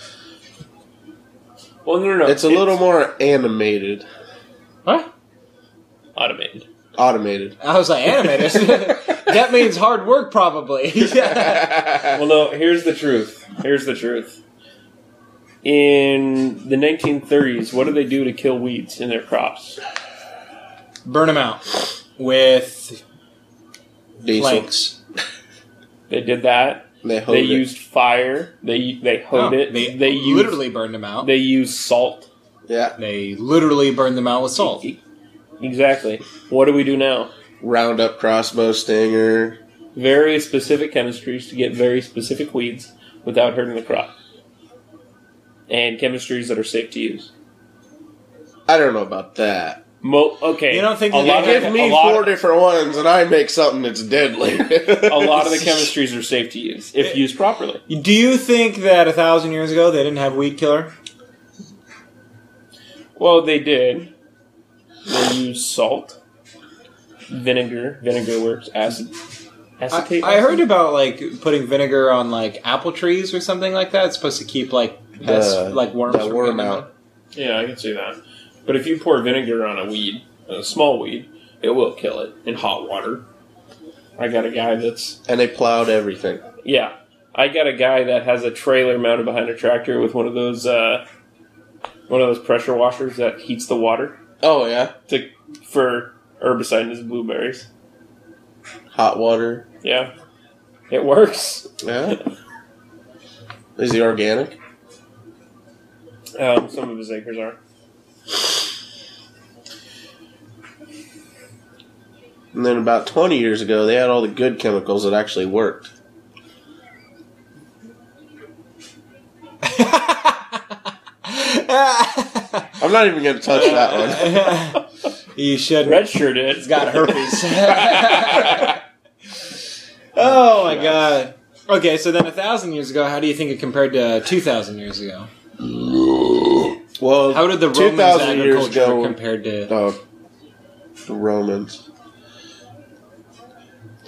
Speaker 3: Well, no, no, no.
Speaker 2: It's a little more animated,
Speaker 4: What?
Speaker 3: automated.
Speaker 2: automated.
Speaker 4: I was like animated. that means hard work, probably. yeah.
Speaker 3: Well, no. Here's the truth. Here's the truth. In the 1930s, what do they do to kill weeds in their crops?
Speaker 4: Burn them out with
Speaker 2: Diesel.
Speaker 4: planks.
Speaker 3: They did that.
Speaker 2: They,
Speaker 3: they
Speaker 2: hold it.
Speaker 3: used fire. They they hoed
Speaker 4: No,
Speaker 3: it.
Speaker 4: oh, They,
Speaker 3: they used,
Speaker 4: literally burned them out.
Speaker 3: they used salt.
Speaker 2: Yeah.
Speaker 4: They literally burned them out with salt.
Speaker 3: Exactly. What do we do now?
Speaker 2: Roundup crossbow stinger.
Speaker 3: very specific chemistries to get very specific weeds without hurting the crop. And chemistries that are safe to use.
Speaker 2: I don't know about that.
Speaker 3: Mo- okay.
Speaker 4: You don't think
Speaker 3: a
Speaker 4: that
Speaker 3: lot,
Speaker 4: they
Speaker 3: of,
Speaker 2: Give
Speaker 3: the-
Speaker 2: me
Speaker 3: a, lot,
Speaker 2: four different ones and I make something that's deadly.
Speaker 3: a lot of the chemistries are safe to use if used properly.
Speaker 4: Do you think that a thousand years ago they didn't have weed killer?
Speaker 3: Well, they did. They used salt, vinegar. Vinegar works. Acid.
Speaker 4: I,
Speaker 3: Acetate.
Speaker 4: I heard
Speaker 3: acid?
Speaker 4: about like putting vinegar on like apple trees or something like that. It's supposed to keep like pests,
Speaker 2: The-
Speaker 4: like worms
Speaker 2: that
Speaker 4: from
Speaker 2: worm
Speaker 4: getting in.
Speaker 2: out.
Speaker 3: Yeah, I can see that. But if you pour vinegar on a weed, a small weed, it will kill it in hot water. I got a guy that's
Speaker 2: and they plowed everything.
Speaker 3: Yeah. I got a guy that has a trailer mounted behind a tractor with one of those uh, one of those pressure washers that heats the water
Speaker 2: Oh, yeah.
Speaker 3: to for herbicide in his blueberries.
Speaker 2: Hot water.
Speaker 3: Yeah. It works.
Speaker 2: Yeah. Is he organic?
Speaker 3: Um, some of his acres are.
Speaker 2: And then about 20 years ago, they had all the good chemicals that actually worked. I'm not even going to touch that one.
Speaker 4: you should.
Speaker 3: Red sure did. It's
Speaker 4: got herpes. oh my god. Okay, so then a thousand years ago, how do you think it compared to two thousand years ago?
Speaker 2: Well,
Speaker 4: How did the Romans
Speaker 2: 2,000
Speaker 4: agriculture
Speaker 2: years ago,
Speaker 4: compared to?
Speaker 2: Oh, the Romans.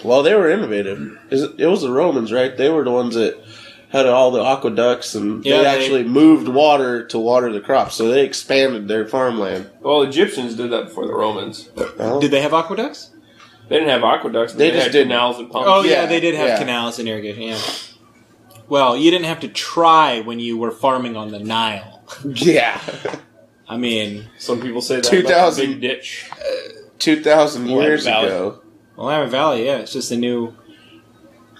Speaker 2: Well, they were innovative. Is It it was the Romans, right? They were the ones that had all the aqueducts, and
Speaker 4: Yeah,
Speaker 2: they
Speaker 4: they-
Speaker 2: actually moved water to water the crops. So they expanded their farmland.
Speaker 3: Well, Egyptians did that before the Romans.
Speaker 2: Well,
Speaker 4: Did they have aqueducts?
Speaker 3: They didn't have aqueducts. They,
Speaker 2: They just
Speaker 3: had
Speaker 2: didn't.
Speaker 3: canals and pumps.
Speaker 4: Oh yeah,
Speaker 2: Yeah,
Speaker 4: they did have
Speaker 2: yeah.
Speaker 4: canals and irrigation. Yeah. Well, you didn't have to try when you were farming on the Nile.
Speaker 2: yeah,
Speaker 4: I mean,
Speaker 3: Some people say that
Speaker 2: 2000
Speaker 3: about the big ditch.
Speaker 2: two thousand
Speaker 3: Well,
Speaker 2: years
Speaker 3: valid.
Speaker 2: ago.
Speaker 4: Willamette Valley, yeah, it's just a new,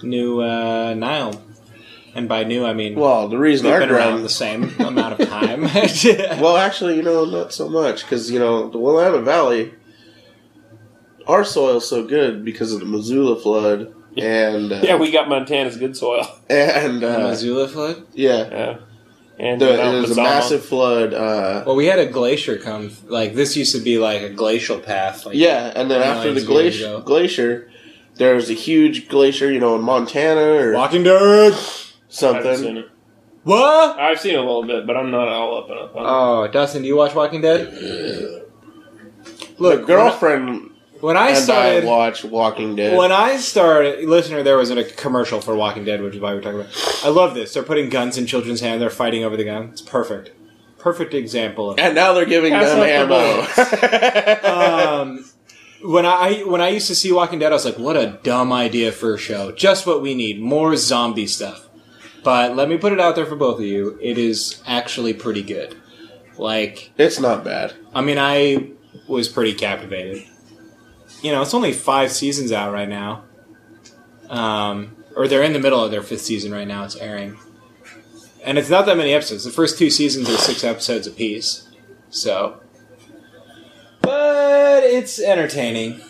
Speaker 4: new uh, Nile, and by new I mean
Speaker 2: Well, the reason
Speaker 4: they've
Speaker 2: our
Speaker 4: been around the
Speaker 2: ground.
Speaker 4: same amount of time.
Speaker 2: Well, actually, you know, not so much because you know the Willamette Valley. Our soil's so good because of the Missoula flood and uh,
Speaker 3: Yeah, we got Montana's good soil.
Speaker 2: and
Speaker 4: The
Speaker 2: uh,
Speaker 4: Missoula flood.
Speaker 2: yeah,
Speaker 3: Yeah. And uh,
Speaker 2: the,
Speaker 3: Mount
Speaker 2: it was a
Speaker 3: Mazama.
Speaker 2: massive flood. Uh,
Speaker 4: Well, we had a glacier come. Like this used to be like a glacial path. Like,
Speaker 2: Yeah, and then after the
Speaker 4: Millions of years
Speaker 2: glacier,
Speaker 4: ago.
Speaker 2: glacier, there was a huge glacier, you know, in Montana or
Speaker 4: Walking Dead.
Speaker 3: I haven't seen
Speaker 2: something.
Speaker 3: it.
Speaker 2: Oh.
Speaker 4: What?
Speaker 3: I've seen a little bit, but I'm not all up and up on it.
Speaker 4: Oh, Dustin, do you watch Walking Dead?
Speaker 2: Look,
Speaker 4: when I-
Speaker 2: girlfriend
Speaker 4: When I
Speaker 2: and
Speaker 4: started,
Speaker 2: I watch Walking Dead.
Speaker 4: When I started, listener, there was a commercial for Walking Dead, which is why we're talking about. I love this. They're putting guns in children's hands. They're fighting over the gun. It's perfect. Perfect example of.
Speaker 2: and now they're giving
Speaker 3: Pass
Speaker 2: them ammo.
Speaker 3: out
Speaker 4: Um, when I when I used to see Walking Dead, I was like, "What a dumb idea for a show! Just what we need: more zombie stuff." But let me put it out there for both of you. It is actually pretty good. Like,
Speaker 2: it's not bad.
Speaker 4: I mean, I was pretty captivated. You know, it's only five seasons out right now. Um, or they're in the middle of their fifth season right now. It's airing. And it's not that many episodes. The first two seasons are six episodes apiece. So. But it's entertaining.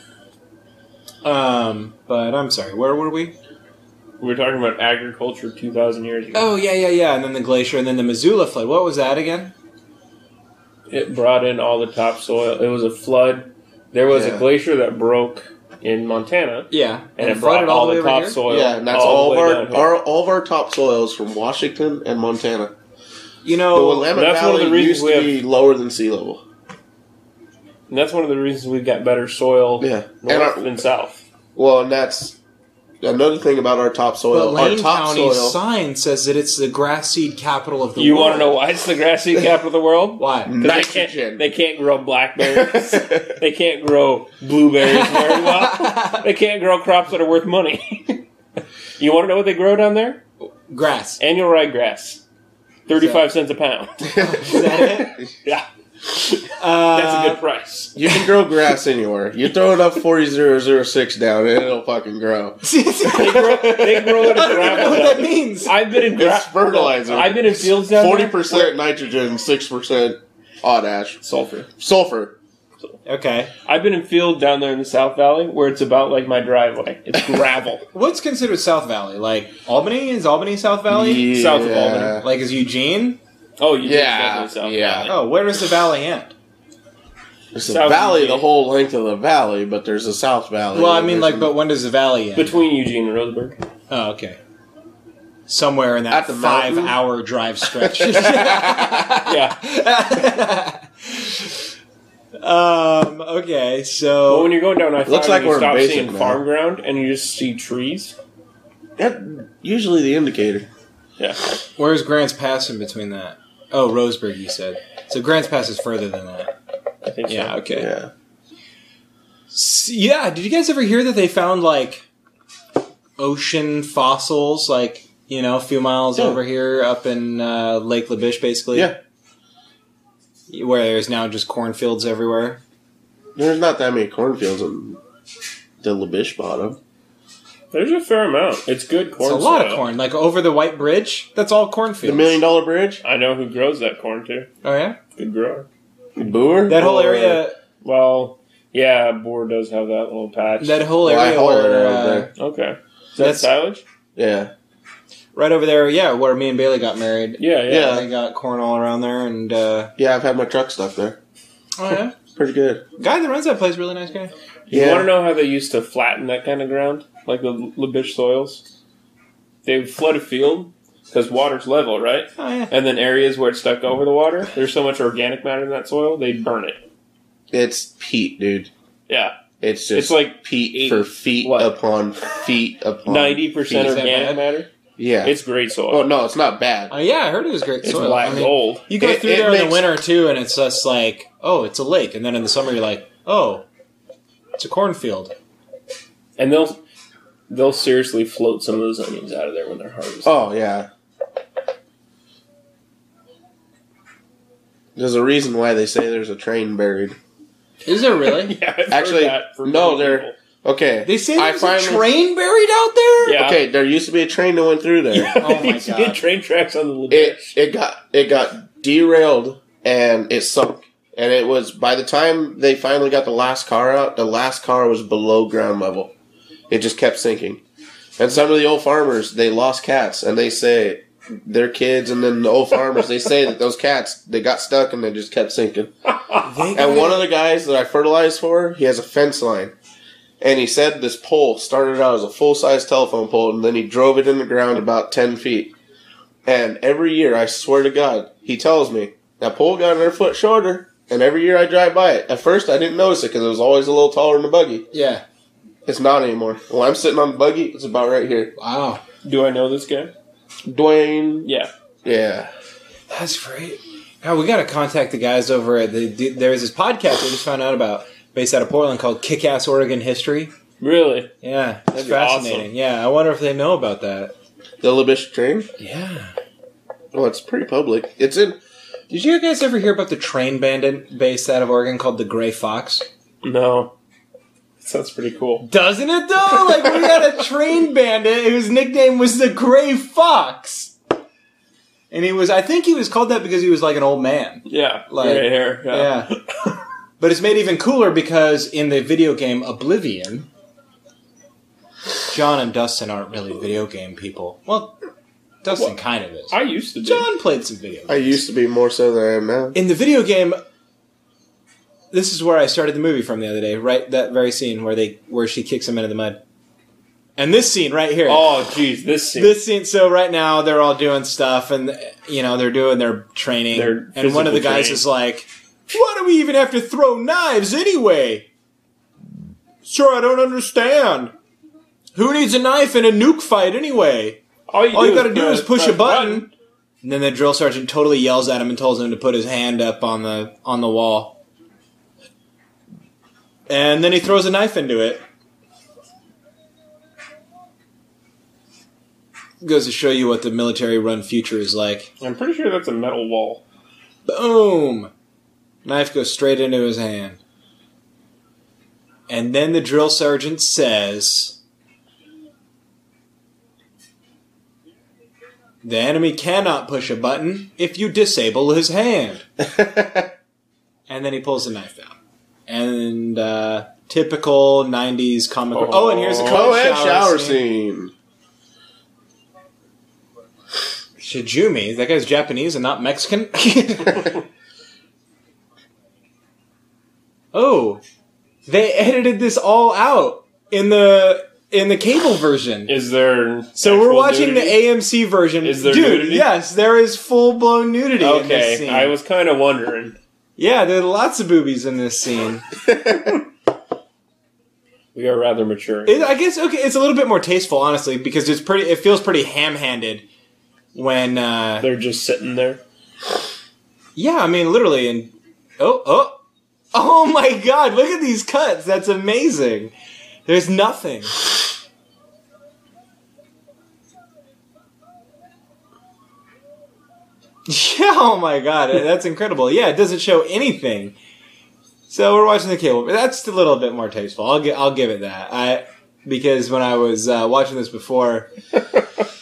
Speaker 4: Um, but I'm sorry, where were we?
Speaker 3: We were talking about agriculture 2,000 years ago.
Speaker 4: Oh, yeah, yeah, yeah. And then the glacier, and then the Missoula flood. What was that again?
Speaker 3: It brought in all the topsoil. It was a flood. There was
Speaker 2: Yeah.
Speaker 3: a glacier that broke in Montana,
Speaker 4: Yeah.
Speaker 3: and, it brought all the,
Speaker 4: over here?
Speaker 3: topsoil.
Speaker 2: Yeah, and that's
Speaker 3: all,
Speaker 2: all,
Speaker 3: the Oh, way down
Speaker 2: of our,
Speaker 3: here.
Speaker 2: our all of our topsoils from Washington and Montana.
Speaker 4: You
Speaker 2: The
Speaker 4: know,
Speaker 2: Willamette
Speaker 3: that's one of
Speaker 2: Valley
Speaker 3: the reasons
Speaker 2: used
Speaker 3: we
Speaker 2: to
Speaker 3: have-
Speaker 2: be lower than sea level.
Speaker 3: And that's one of the reasons we've got better soil
Speaker 2: Yeah, and
Speaker 3: north
Speaker 2: our,
Speaker 3: than south.
Speaker 2: well, and that's another thing about our topsoil.
Speaker 4: But
Speaker 2: Our
Speaker 4: Lane County
Speaker 2: topsoil.
Speaker 4: sign says that it's the grass seed capital of the
Speaker 3: You
Speaker 4: world.
Speaker 3: want to know why it's the grassy capital of the world?
Speaker 4: why?
Speaker 3: 'Cause They can't,
Speaker 2: Nitrogen.
Speaker 3: they can't grow blackberries. they can't grow blueberries very well. They can't grow crops that are worth money. you want to know what they grow down there?
Speaker 4: Grass.
Speaker 3: Annual ryegrass. 35 cents a pound.
Speaker 4: Is that it?
Speaker 3: Yeah,
Speaker 4: Uh,
Speaker 3: that's a good price.
Speaker 2: You can grow grass anywhere. You throw enough forty zero zero six down, and it'll fucking grow.
Speaker 3: They grow, they grow it in
Speaker 4: I don't know what that
Speaker 3: gravel.
Speaker 4: means.
Speaker 3: I've been in gra-
Speaker 2: It's fertilizer.
Speaker 3: I've been in fields down
Speaker 2: Forty
Speaker 3: there.
Speaker 2: percent nitrogen, six percent potash,
Speaker 3: sulfur.
Speaker 2: sulfur.
Speaker 4: Okay.
Speaker 3: I've been in field down there in the South Valley where it's about like my driveway. It's gravel.
Speaker 4: What's considered South Valley? Like Albany? Is Albany South Valley?
Speaker 2: Yeah.
Speaker 3: South of Albany.
Speaker 4: Like is Eugene?
Speaker 3: Oh,
Speaker 2: Yeah,
Speaker 3: you did definitely South
Speaker 2: yeah.
Speaker 3: Valley.
Speaker 4: Oh, where does the valley end?
Speaker 2: It's a
Speaker 3: South
Speaker 2: valley,
Speaker 3: Eugene.
Speaker 2: the whole length of the valley, but there's a south valley.
Speaker 4: Well, I
Speaker 2: and
Speaker 4: mean,
Speaker 2: there's
Speaker 4: like,
Speaker 2: a-
Speaker 4: but when does the valley end?
Speaker 3: Between Eugene and Roseburg.
Speaker 4: oh, okay. Somewhere in that
Speaker 2: At the mountain?
Speaker 4: five-hour drive stretch.
Speaker 3: Yeah.
Speaker 4: um. Okay.
Speaker 3: But when
Speaker 4: So.
Speaker 3: you're going down I
Speaker 2: Looks
Speaker 3: five,
Speaker 2: like
Speaker 3: you
Speaker 2: we're in
Speaker 3: stop
Speaker 2: basic
Speaker 3: seeing
Speaker 2: now.
Speaker 3: farm ground and you just see trees.
Speaker 2: that usually the indicator.
Speaker 3: Yeah.
Speaker 4: Where's Grants Pass in between that? Oh, Roseburg, you said. So Grants Pass is further than that.
Speaker 3: I think
Speaker 4: Yeah,
Speaker 3: so.
Speaker 4: okay.
Speaker 2: Yeah,
Speaker 4: S- Yeah, did you guys ever hear that they found, like, ocean fossils, like, you know, a few miles
Speaker 2: Yeah.
Speaker 4: over here up in uh, Lake Labiche, basically?
Speaker 2: yeah.
Speaker 4: Where there's now just cornfields everywhere.
Speaker 2: There's not that many cornfields in the Labish bottom.
Speaker 3: There's a fair amount. It's good corn.
Speaker 4: It's a lot of
Speaker 3: soil.
Speaker 4: corn. Like, over the White Bridge, that's all
Speaker 2: The
Speaker 4: cornfields.
Speaker 2: Million Dollar Bridge,
Speaker 3: I know who grows that corn too.
Speaker 4: Oh, yeah?
Speaker 3: Good grower.
Speaker 2: Boer.
Speaker 4: That whole
Speaker 2: Or-
Speaker 4: area,
Speaker 3: Well, yeah, Boar does have that little patch.
Speaker 4: that whole
Speaker 2: Well, I
Speaker 4: area
Speaker 2: haul it
Speaker 4: where,
Speaker 2: around
Speaker 4: uh,
Speaker 2: there.
Speaker 3: okay. Is that
Speaker 4: That's-
Speaker 3: silage?
Speaker 2: Yeah,
Speaker 4: right over there, yeah, where me and Bailey got married.
Speaker 3: Yeah, yeah.
Speaker 2: Yeah.
Speaker 4: They got corn all around there, and, uh,
Speaker 2: yeah. I've had my truck stuck there.
Speaker 4: oh, yeah.
Speaker 2: Pretty good.
Speaker 4: Guy that runs that place, really nice guy.
Speaker 3: You
Speaker 2: Yeah.
Speaker 3: want to know how they used to flatten that kind of ground, like the Labish soils? They would flood a field because water's level, right?
Speaker 4: Oh yeah.
Speaker 3: And then areas where it's stuck over the water, there's so much organic matter in that soil, they burn it.
Speaker 2: It's peat, dude.
Speaker 3: Yeah,
Speaker 2: It's just
Speaker 3: It's like
Speaker 2: peat
Speaker 3: eight-
Speaker 2: for feet
Speaker 3: what?
Speaker 2: upon feet upon
Speaker 3: ninety percent
Speaker 2: feet.
Speaker 4: that
Speaker 3: organic
Speaker 4: bad?
Speaker 3: matter.
Speaker 2: Yeah.
Speaker 3: It's great soil.
Speaker 2: oh no, it's not bad.
Speaker 4: Oh yeah, I heard it was great
Speaker 3: it's
Speaker 4: soil.
Speaker 3: black
Speaker 4: I mean,
Speaker 3: gold.
Speaker 4: You go
Speaker 2: It-
Speaker 4: through
Speaker 2: it
Speaker 4: there in the
Speaker 2: makes-
Speaker 4: winter too, and it's just like, oh, it's a lake, and then in the summer you're like, oh, it's a cornfield.
Speaker 3: And they'll they'll seriously float some of those onions out of there when they're harvested.
Speaker 2: Oh yeah. There's a reason why they say there's a train buried.
Speaker 4: Is there really?
Speaker 3: yeah, I've
Speaker 2: Actually,
Speaker 3: heard that from
Speaker 2: no,
Speaker 3: many
Speaker 2: they're-
Speaker 3: people.
Speaker 2: Okay.
Speaker 4: They say
Speaker 2: I
Speaker 4: there's a
Speaker 2: finally-
Speaker 4: train buried out there.
Speaker 3: Yeah.
Speaker 2: Okay, there used to be a train that went through there.
Speaker 4: Oh my
Speaker 3: They
Speaker 4: God.
Speaker 3: did train tracks on the Labish.
Speaker 2: It it got it got derailed and it sunk. And it was by the time they finally got the last car out, the last car was below ground level. It just kept sinking. And some of the old farmers, they lost cats and they say their kids and then the old farmers, they say that those cats they got stuck and they just kept sinking.
Speaker 4: They got
Speaker 2: And one of the guys that I fertilized for, he has a fence line. And he said this pole started out as a full size telephone pole, and then he drove it in the ground about 10 feet. And every year, I swear to God, he tells me, that pole got another foot shorter. And every year I drive by it. At first, I didn't notice it because it was always a little taller than the buggy.
Speaker 4: Yeah.
Speaker 2: It's not anymore. When I'm sitting on the buggy, it's about right here.
Speaker 4: Wow.
Speaker 3: Do I know this guy?
Speaker 2: Dwayne.
Speaker 3: Yeah.
Speaker 2: Yeah.
Speaker 4: That's great. God, we got to contact the guys over at the. d- There is this podcast we just found out about based out of Portland called Kick Ass Oregon History.
Speaker 3: Really?
Speaker 4: Yeah. That's
Speaker 3: be awesome.
Speaker 4: fascinating. Yeah. I wonder if they know about that.
Speaker 2: The Libish train.
Speaker 4: Yeah.
Speaker 2: Well, it's pretty public. It's in.
Speaker 4: Did you guys ever hear about the train bandit based out of Oregon called the Gray Fox?
Speaker 3: No. Sounds pretty cool.
Speaker 4: Doesn't it though? Like we got a train bandit whose nickname was the Gray Fox. And he was I think he was called that because he was like an old man.
Speaker 3: Yeah.
Speaker 4: Like-
Speaker 3: right here. Yeah.
Speaker 4: Yeah. but it's made even cooler because in the video game Oblivion John and Dustin aren't really video game people. Well, Dustin kind of is.
Speaker 3: I used to be.
Speaker 4: John played some video
Speaker 2: I used to be more so than I am now.
Speaker 4: in the video game this is where i started the movie from the other day right that very scene where they where she kicks him into the mud and this scene right here
Speaker 3: Oh, jeez, this scene.
Speaker 4: this scene so right now they're all doing stuff and you know they're doing their training
Speaker 3: Their
Speaker 4: and one of the
Speaker 3: physical
Speaker 4: guys
Speaker 3: training.
Speaker 4: is like why do we even have to throw knives anyway sure i don't understand who needs a knife in a nuke fight anyway
Speaker 3: all you,
Speaker 4: all you
Speaker 3: got
Speaker 4: gotta
Speaker 3: to
Speaker 4: do is push a button. And then the drill sergeant totally yells at him and tells him to put his hand up on the on the wall. And then he throws a knife into it. Goes to show you what the military run future is like.
Speaker 3: I'm pretty sure that's a metal wall.
Speaker 4: Boom! Knife goes straight into his hand. And then the drill sergeant says The enemy cannot push a button if you disable his hand. and then he pulls the knife out. And uh, typical 90s comic. Oh, and here's a
Speaker 2: Oh,
Speaker 4: cold
Speaker 2: and
Speaker 4: shower,
Speaker 2: shower
Speaker 4: scene.
Speaker 2: scene.
Speaker 4: Shijumi, that guy's Japanese and not Mexican. oh, they edited this all out in the in the cable version.
Speaker 3: Is there.
Speaker 4: So we're
Speaker 3: actual
Speaker 4: watching
Speaker 3: nudity?
Speaker 4: the AMC version.
Speaker 3: Is there
Speaker 4: Dude,
Speaker 3: nudity?
Speaker 4: yes, there is full blown nudity. in this
Speaker 3: Okay,
Speaker 4: scene.
Speaker 3: I was kind of wondering.
Speaker 4: Yeah, there are lots of boobies in this scene.
Speaker 3: We are rather mature.
Speaker 4: It, I guess okay, it's a little bit more tasteful, honestly, because it's pretty. It feels pretty ham handed when. Uh,
Speaker 3: They're just sitting there.
Speaker 4: Yeah, I mean, literally, and oh, oh, oh my God! Look at these cuts. That's amazing. There's nothing. Yeah, oh my God, that's incredible. Yeah, it doesn't show anything. So we're watching the cable. but That's a little bit more tasteful. I'll gi- I'll give it that. I because when I was uh, watching this before,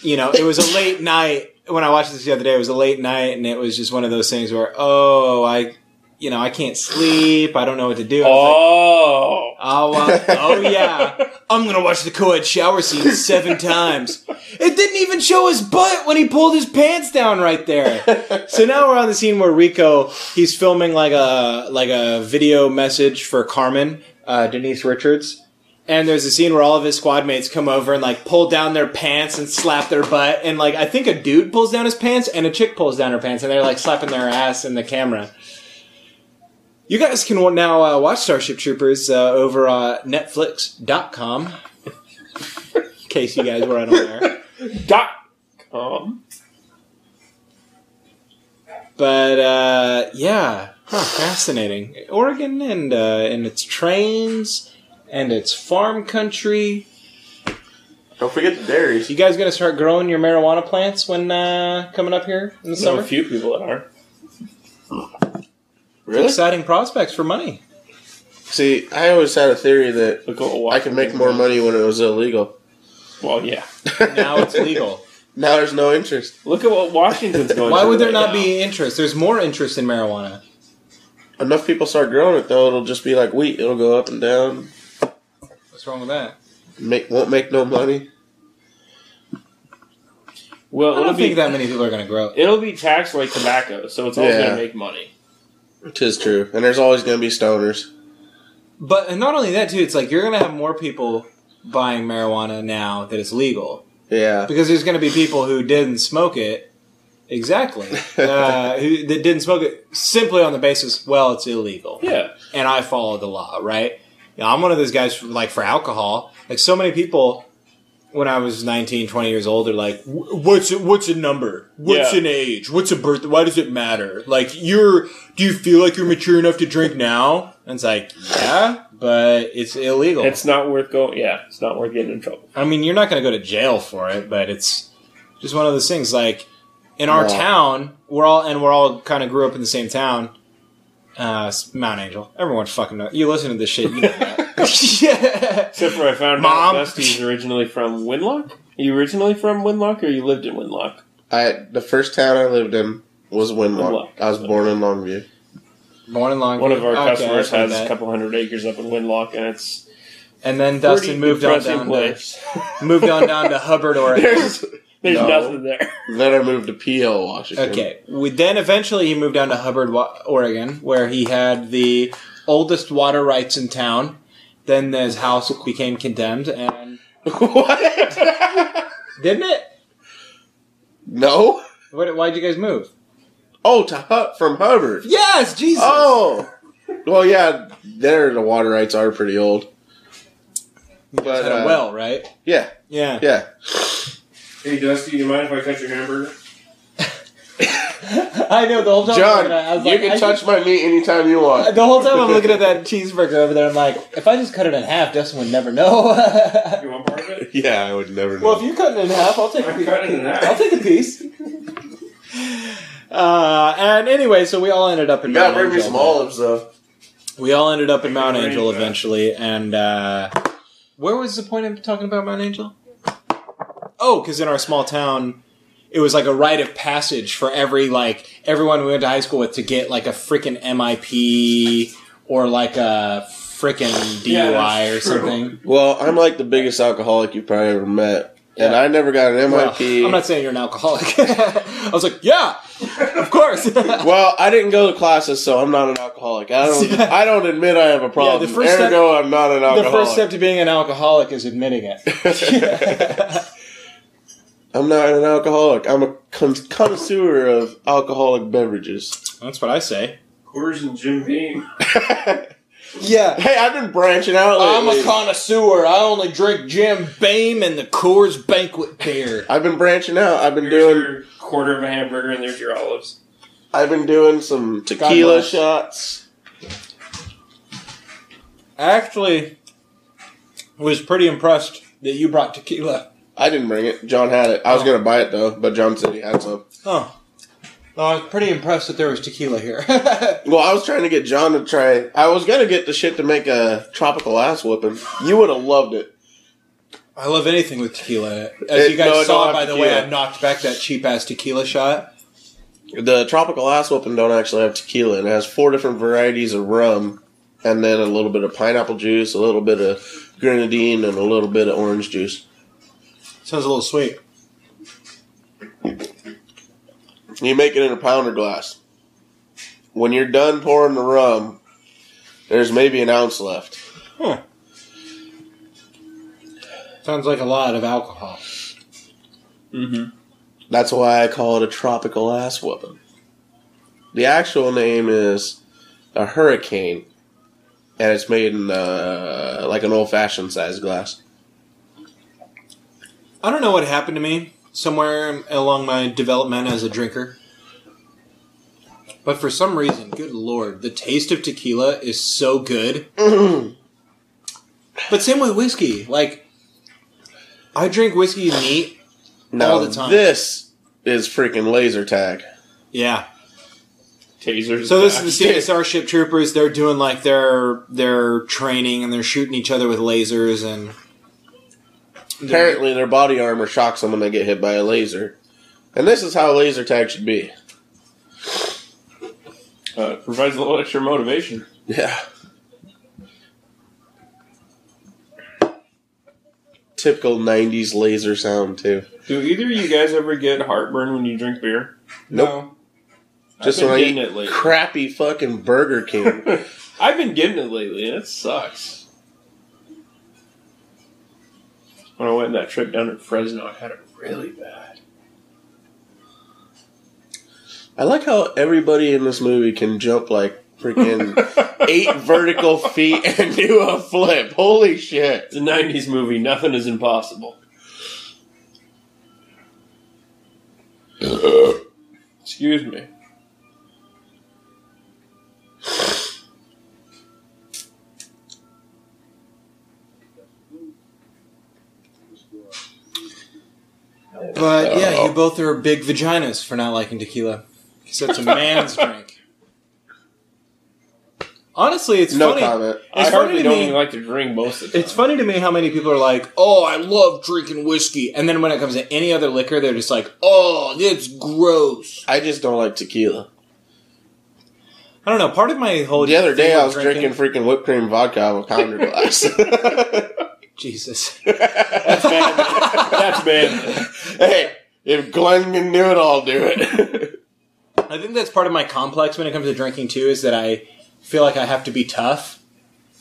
Speaker 4: you know, it was a late night. When I watched this the other day, it was a late night, and it was just one of those things where, oh, I, you know, I can't sleep. I don't know what to do. I was like,
Speaker 3: Oh!
Speaker 4: Oh, uh, oh yeah. I'm gonna watch the co-ed shower scene seven times. It didn't even show his butt when he pulled his pants down right there. So now we're on the scene where Rico he's filming like a like a video message for Carmen, uh, Denise Richards. And there's a scene where all of his squad mates come over and like pull down their pants and slap their butt. And like I think a dude pulls down his pants and a chick pulls down her pants and they're like slapping their ass in the camera. You guys can wa- now uh, watch Starship Troopers uh, over uh, Netflix.com. In case you guys were unaware.
Speaker 3: Dot com.
Speaker 4: But uh, yeah, huh, fascinating. Oregon and, uh, and its trains and its farm country.
Speaker 2: Don't forget the dairies.
Speaker 4: You guys gonna start growing your marijuana plants when uh, coming up here in the
Speaker 3: Know a
Speaker 4: summer?
Speaker 3: few people that are.
Speaker 2: Really?
Speaker 4: Exciting prospects for money.
Speaker 2: See, I always had a theory that
Speaker 3: Look what
Speaker 2: I could make more money when it was illegal.
Speaker 3: Well, yeah.
Speaker 4: Now it's legal.
Speaker 2: Now there's no interest.
Speaker 3: Look at what Washington's going.
Speaker 4: Why
Speaker 3: through
Speaker 4: would there
Speaker 3: right
Speaker 4: not
Speaker 3: now.
Speaker 4: be interest? There's more interest in marijuana.
Speaker 2: Enough people start growing it though, it'll just be like wheat. It'll go up and down.
Speaker 4: What's wrong with that?
Speaker 2: Make won't make no money.
Speaker 3: Well,
Speaker 4: I
Speaker 3: it'll
Speaker 4: don't
Speaker 3: be
Speaker 4: think that many people are gonna grow. it.
Speaker 3: it'll be taxed like tobacco, so it's always
Speaker 2: Yeah.
Speaker 3: going to make money.
Speaker 2: Tis true, and there's always going to be stoners.
Speaker 4: But and not only that too, it's like you're gonna have more people buying marijuana now that it's legal
Speaker 2: Yeah,
Speaker 4: because there's gonna be people who didn't smoke it Exactly. Uh, who, that didn't smoke it simply on the basis, well, it's illegal.
Speaker 3: Yeah.
Speaker 4: And I follow the law, right? You know, I'm one of those guys, like, for alcohol. Like, so many people, when I was 19, 20 years old, are like, "Wh- what's a, what's a number? What's
Speaker 3: Yeah.
Speaker 4: an age? What's a birth? Why does it matter? Like, you're, do you feel like you're mature enough to drink now? And it's like, yeah, but it's illegal.
Speaker 3: It's not worth going. Yeah, it's not worth getting in trouble.
Speaker 4: I mean, you're not going to go to jail for it, but it's just one of those things. Like in our
Speaker 2: No.
Speaker 4: town, we're all and we're all kind of grew up in the same town. Uh, s- Mount Angel. Everyone fucking knows. You listen to this shit, you know that. yeah.
Speaker 3: Except for I found
Speaker 4: Mom.
Speaker 3: out Dusty's originally from Winlock. Are you originally from Winlock, or you lived in Winlock?
Speaker 2: I the first town I lived in was Winlock.
Speaker 3: Winlock.
Speaker 2: I was born in Longview.
Speaker 4: Born in Long.
Speaker 3: One of our
Speaker 4: Okay,
Speaker 3: customers
Speaker 4: I've heard
Speaker 3: has
Speaker 4: that.
Speaker 3: a couple hundred acres up in Winlock, and it's
Speaker 4: And then
Speaker 3: pretty
Speaker 4: Dustin moved on
Speaker 3: depressing
Speaker 4: down. To,
Speaker 3: place.
Speaker 4: moved on down to Hubbard, Oregon.
Speaker 3: there's there's
Speaker 2: No.
Speaker 3: nothing there.
Speaker 2: Then I moved to PL Washington.
Speaker 4: Okay. We, then eventually he moved down to Hubbard, Wa- Oregon, where he had the oldest water rights in town. Then his house became condemned, and
Speaker 2: what?
Speaker 4: didn't it?
Speaker 2: no.
Speaker 4: What, why'd you guys move?
Speaker 2: Oh, to Hut from Hubbard.
Speaker 4: Yes, Jesus.
Speaker 2: Oh, well, yeah. There, the water rights are pretty old.
Speaker 4: Had
Speaker 2: But
Speaker 4: a
Speaker 2: uh,
Speaker 4: well, right?
Speaker 2: yeah,
Speaker 4: Yeah.
Speaker 2: yeah.
Speaker 3: Hey Dusty, you mind if I touch your hamburger?
Speaker 4: I know the whole time.
Speaker 2: John,
Speaker 4: I'm looking at it, uh, I was
Speaker 2: you
Speaker 4: like,
Speaker 2: can
Speaker 4: I
Speaker 2: touch my meat anytime you
Speaker 4: just-
Speaker 2: want.
Speaker 4: the whole time I'm looking at that cheeseburger over there. I'm like, if I just cut it in half, Dustin would never know.
Speaker 3: You want part of it?
Speaker 2: Yeah, I would never know.
Speaker 4: well, if you cut it in half, I'll take a
Speaker 3: I'm
Speaker 4: piece.
Speaker 3: cutting it in half.
Speaker 4: I'll take a piece. Uh, and anyway, so we all ended up in
Speaker 2: you gotta
Speaker 4: Mount
Speaker 2: bring me
Speaker 4: Angel.
Speaker 2: some olives, though.
Speaker 4: We all ended up in Mount
Speaker 3: Bring me
Speaker 4: Angel
Speaker 3: that.
Speaker 4: eventually, and uh, where was the point of talking about Mount Angel? Oh, because in our small town, it was like a rite of passage for every like everyone we went to high school with to get like a freaking MIP or like a freaking DUI
Speaker 3: Yeah,
Speaker 4: or
Speaker 3: that's true.
Speaker 4: something.
Speaker 2: Well, I'm like the biggest alcoholic you've probably ever met, and
Speaker 4: Yeah.
Speaker 2: I never got an
Speaker 4: Well,
Speaker 2: MIP. Well,
Speaker 4: I'm not saying you're an alcoholic. I was like, yeah, of course.
Speaker 2: I didn't go to classes, so I'm not an alcoholic. I don't. I don't admit I have a problem.
Speaker 4: the first step-
Speaker 2: Ergo, I'm not an
Speaker 4: the
Speaker 2: alcoholic.
Speaker 4: first step to being an alcoholic is admitting it.
Speaker 2: I'm not an alcoholic. I'm a con- connoisseur of alcoholic beverages.
Speaker 4: That's what I say.
Speaker 3: Coors and Jim Beam.
Speaker 2: hey,
Speaker 4: Yeah.
Speaker 2: I've been branching out
Speaker 4: I'm
Speaker 2: lately.
Speaker 4: a connoisseur. I only drink Jim Beam and the Coors Banquet beer.
Speaker 2: I've been branching out. I've been
Speaker 3: Here's
Speaker 2: doing.
Speaker 3: your quarter of a hamburger, and there's your olives.
Speaker 2: I've been doing some tequila
Speaker 4: bless.
Speaker 2: shots.
Speaker 4: I actually was pretty impressed that you brought tequila.
Speaker 2: I didn't bring it. John had it. I was
Speaker 4: Oh.
Speaker 2: gonna buy it though, but John said he had some.
Speaker 4: Oh. No, I was pretty impressed that there was tequila here.
Speaker 2: Well, I was trying to get John to try. I was gonna get the shit to make a tropical ass whooping. You would have loved it.
Speaker 4: I love anything with tequila in it. As
Speaker 2: It-
Speaker 4: you guys
Speaker 2: no, it
Speaker 4: saw,
Speaker 2: don't
Speaker 4: by
Speaker 2: have
Speaker 4: the way,
Speaker 2: tequila.
Speaker 4: I knocked back that cheap ass tequila shot.
Speaker 2: The tropical ass whooping don't actually have tequila. and It has four different varieties of rum, and then a little bit of pineapple juice, a little bit of grenadine, and a little bit of orange juice.
Speaker 4: Sounds a little sweet.
Speaker 2: You make it in a pounder glass. When you're done pouring the rum, there's maybe an ounce left.
Speaker 4: Sounds like a lot of alcohol.
Speaker 3: Mm-hmm.
Speaker 2: That's why I call it a tropical ass whooping. The actual name is a hurricane, and it's made in uh, like an old fashioned size glass.
Speaker 4: I don't know what happened to me somewhere along my development as a drinker. But for some reason, good lord, the taste of tequila is so good. but same with whiskey. Like, I drink whiskey neat.
Speaker 2: Now,
Speaker 4: All the time.
Speaker 2: this is freaking laser tag.
Speaker 4: Yeah.
Speaker 3: Tasers.
Speaker 4: So this
Speaker 3: back.
Speaker 4: is the CSR ship troopers. They're doing like their their training and they're shooting each other with lasers and
Speaker 2: Apparently, their body armor shocks them when they get hit by a laser. And this is how laser tag should be.
Speaker 3: uh, it provides a little extra motivation.
Speaker 2: Yeah. Typical 90s laser sound, too.
Speaker 3: Do either of you guys ever get heartburn when you drink beer?
Speaker 2: Nope. Just
Speaker 3: I've been
Speaker 2: when I
Speaker 3: getting
Speaker 2: eat
Speaker 3: it lately.
Speaker 2: crappy fucking Burger King.
Speaker 3: I've been getting it lately, and it sucks. When I went on that trip down to Fresno, I had it really bad.
Speaker 2: I like how everybody in this movie can jump like freaking eight vertical feet and do a flip. Holy shit.
Speaker 3: It's a 90s movie. Nothing is impossible. Excuse me.
Speaker 4: But yeah, you both are big vaginas for not liking tequila. Because that's a man's drink. Honestly, it's
Speaker 2: No
Speaker 4: funny.
Speaker 2: comment.
Speaker 4: It's
Speaker 3: I
Speaker 4: funny
Speaker 3: hardly
Speaker 4: to
Speaker 3: don't
Speaker 4: me.
Speaker 3: even like to drink most of the time.
Speaker 4: it's funny to me how many people are like, "Oh, I love drinking whiskey," and then when it comes to any other liquor, they're just like, "Oh, that's gross."
Speaker 2: I just don't like tequila.
Speaker 4: I don't know. Part of my whole
Speaker 2: The other
Speaker 4: thing
Speaker 2: day I
Speaker 4: with
Speaker 2: was drinking, freaking whipped cream vodka out of a pounder glass.
Speaker 4: Jesus.
Speaker 3: That's bad. That's bad.
Speaker 2: hey, if Glenn can do it, I'll do it.
Speaker 4: I think that's part of my complex when it comes to drinking too, is that I feel like I have to be tough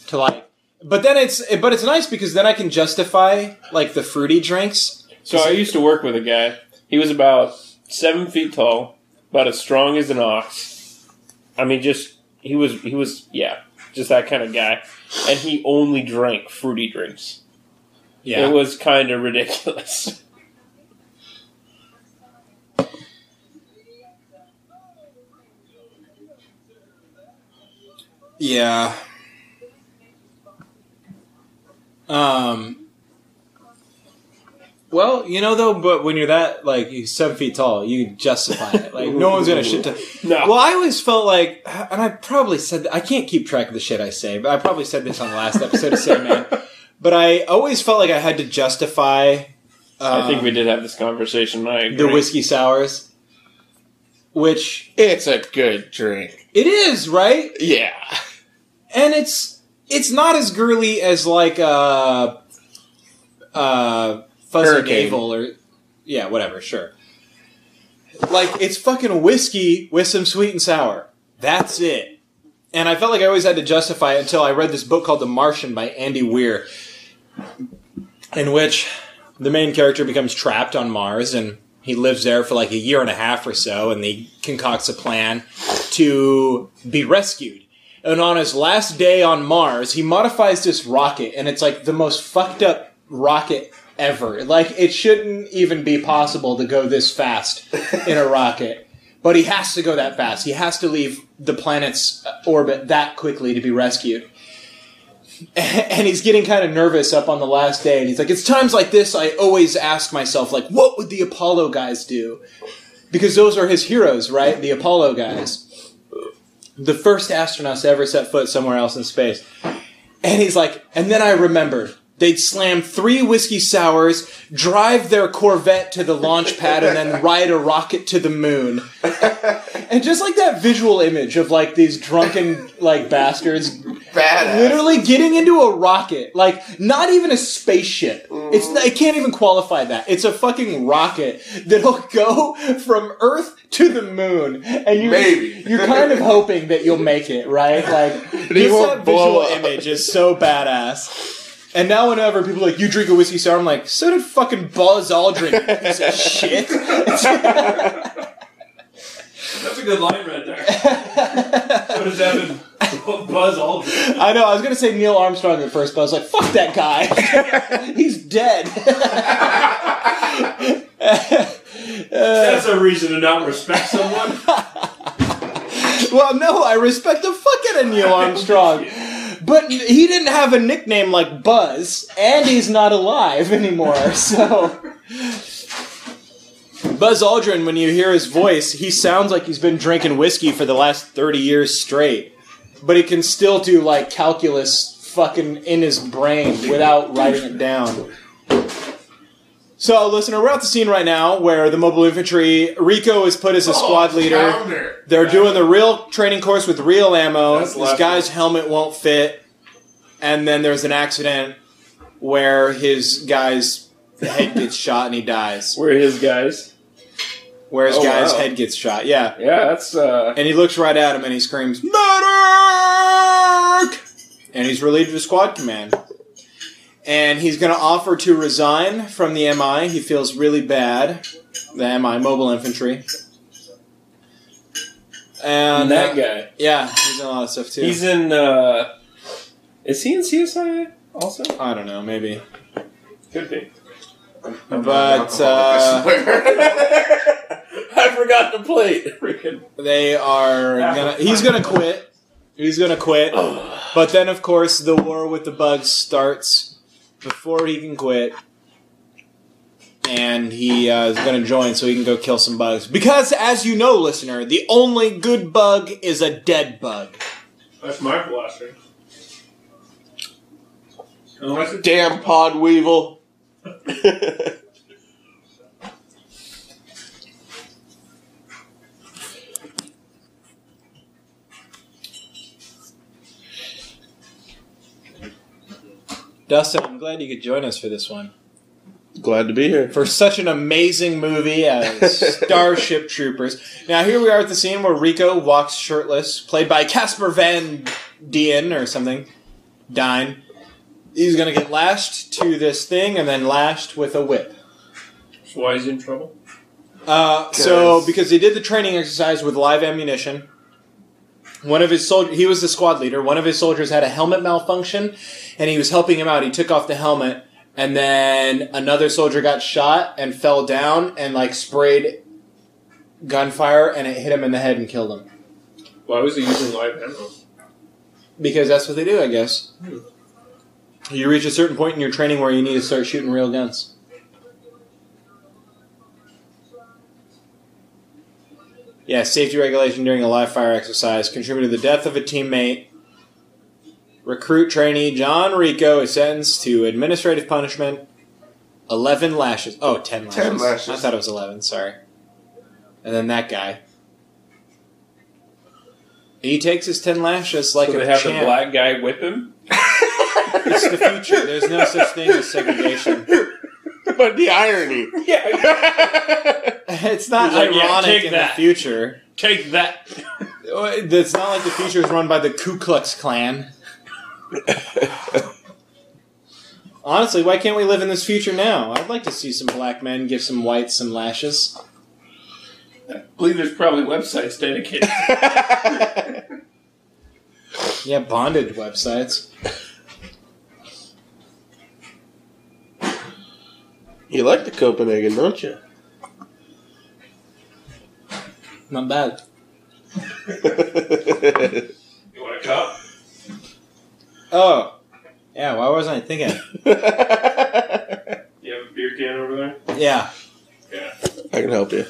Speaker 4: to like. But then it's but it's nice because then I can justify like the fruity drinks.
Speaker 3: So I used to work with a guy. He was about seven feet tall, about as strong as an ox. I mean, just he was he was yeah, just that kind of guy. And he only drank fruity drinks. It was kind of ridiculous.
Speaker 4: Yeah. Um. Well, you know though, but when you're that like you're seven feet tall, you justify it. Like no one's gonna shit. To-
Speaker 3: No.
Speaker 4: Well, I always felt like, and I probably said I can't keep track of the shit I say, but I probably said this on the last episode of Say Man. But I always felt like I had to justify. Um,
Speaker 3: I think we did have this conversation. I agree.
Speaker 4: the whiskey sours, which
Speaker 2: it's a good drink.
Speaker 4: it is right.
Speaker 2: Yeah.
Speaker 4: and it's it's not as girly as like uh uh fuzzy
Speaker 2: Hurricane.
Speaker 4: navel or yeah whatever sure like it's fucking whiskey with some sweet and sour that's it and i felt like i always had to justify it until i read this book called the martian by andy weir in which the main character becomes trapped on mars and he lives there for like a year and a half or so and he concocts a plan to be rescued and on his last day on Mars, he modifies this rocket, and it's like the most fucked up rocket ever. Like, it shouldn't even be possible to go this fast in a rocket. But he has to go that fast. He has to leave the planet's uh, orbit that quickly to be rescued. And he's getting kind of nervous up on the last day, and he's like, It's times like this I always ask myself, like, what would the Apollo guys do? Because those are his heroes, right? The Apollo guys the first astronauts to ever set foot somewhere else in space. And he's like, and then I remembered they'd slam three whiskey sours, drive their Corvette to the launch pad, and then ride a rocket to the moon. and just like that visual image of like these drunken like bastards
Speaker 2: Badass.
Speaker 4: literally getting into a rocket, like not even a spaceship.
Speaker 2: Mm.
Speaker 4: It's it can't even qualify that. It's a fucking rocket that'll go from Earth to the moon, and you
Speaker 2: Maybe.
Speaker 4: you're kind of hoping that you'll make it, right? Like just
Speaker 2: won't
Speaker 4: that
Speaker 2: blow
Speaker 4: visual
Speaker 2: up.
Speaker 4: image is so badass. And now whenever people are like you drink a whiskey sour, I'm like, so did fucking Buzz Aldrin, piece of shit.
Speaker 3: That's a good line right there. what does that mean? Buzz Aldrin.
Speaker 4: I know. I was gonna say Neil Armstrong at first, but I was like, "Fuck that guy. He's dead."
Speaker 3: That's a reason to not respect someone.
Speaker 4: well, no, I respect the fuck out of Neil Armstrong, but he didn't have a nickname like Buzz, and he's not alive anymore. So, Buzz Aldrin, when you hear his voice, he sounds like he's been drinking whiskey for the last thirty years straight, but he can still do like calculus fucking in his brain without writing it down. So, listener, we're at the scene right now where the mobile infantry Rico is put as a squad
Speaker 2: Oh,
Speaker 4: leader. They're doing the real training course with real ammo.
Speaker 2: That's
Speaker 4: This
Speaker 2: laughable.
Speaker 4: guy's helmet won't fit, and then there's an accident where his guy's head gets shot and he dies.
Speaker 3: We're his guys.
Speaker 4: Where his
Speaker 3: Oh,
Speaker 4: guy's
Speaker 3: wow.
Speaker 4: head gets shot, yeah.
Speaker 3: Yeah, that's uh,
Speaker 4: And he looks right at him and he screams, "Medic!" And he's relieved of squad command. And he's going to offer to resign from the MI. He feels really bad. The MI, Mobile Infantry. And
Speaker 3: that guy.
Speaker 4: Yeah, he's in a lot of stuff too.
Speaker 3: He's in. uh Is he in CSI also?
Speaker 4: I don't know, maybe.
Speaker 3: Could be.
Speaker 4: But uh,
Speaker 3: I forgot the plate. Freaking.
Speaker 4: uh, they are gonna. He's gonna quit. He's gonna quit. But then, of course, the war with the bugs starts before he can quit, and he uh, is gonna join so he can go kill some bugs. Because, as you know, listener, the only good bug is a dead bug.
Speaker 3: That's my philosophy. Unless it's
Speaker 2: Damn pod weevil.
Speaker 4: Dustin, I'm glad you could join us for this one.
Speaker 2: Glad to be here.
Speaker 4: for such an amazing movie as Starship Troopers. Now here we are at the scene where Rico walks shirtless, played by Casper Van Dien or something. Dine. He's gonna get lashed to this thing and then lashed with a whip.
Speaker 3: why he's in trouble.
Speaker 4: Uh, so
Speaker 2: 'Cause-
Speaker 4: because he did the training exercise with live ammunition, one of his soldiers, he was the squad leader. One of his soldiers had a helmet malfunction, and he was helping him out. He took off the helmet, and then another soldier got shot and fell down and like sprayed gunfire, and it hit him in the head and killed him.
Speaker 3: Why was he using live ammo?
Speaker 4: Because that's what they do, I guess. Hmm. You reach a certain point in your training where you need to start shooting real guns. Yeah, safety regulation during a live fire exercise contributed to the death of a teammate. Recruit trainee John Rico is sentenced to administrative punishment. 11 lashes. Oh, 10 lashes.
Speaker 2: 10 lashes.
Speaker 4: I thought it was 11, sorry. And then that guy. He takes his 10 lashes like
Speaker 3: So
Speaker 4: a
Speaker 3: they have
Speaker 4: champ.
Speaker 3: the black guy whip him.
Speaker 4: It's the future. There's no such thing as segregation.
Speaker 2: But the irony.
Speaker 3: Yeah,
Speaker 4: It's not
Speaker 3: He's like, yeah,
Speaker 4: ironic
Speaker 3: take
Speaker 4: in
Speaker 3: that.
Speaker 4: the future.
Speaker 3: take that.
Speaker 4: It's not like the future is run by the Ku Klux Klan. Honestly, why can't we live in this future now? I'd like to see some black men give some whites some lashes.
Speaker 3: I believe there's probably websites dedicated.
Speaker 4: Yeah, bondage websites.
Speaker 2: you like the Copenhagen, don't you?
Speaker 4: Not bad.
Speaker 3: you want a cup?
Speaker 4: Oh. Yeah, why wasn't I thinking?
Speaker 3: You have a beer can over there.
Speaker 4: Yeah.
Speaker 2: I can help you.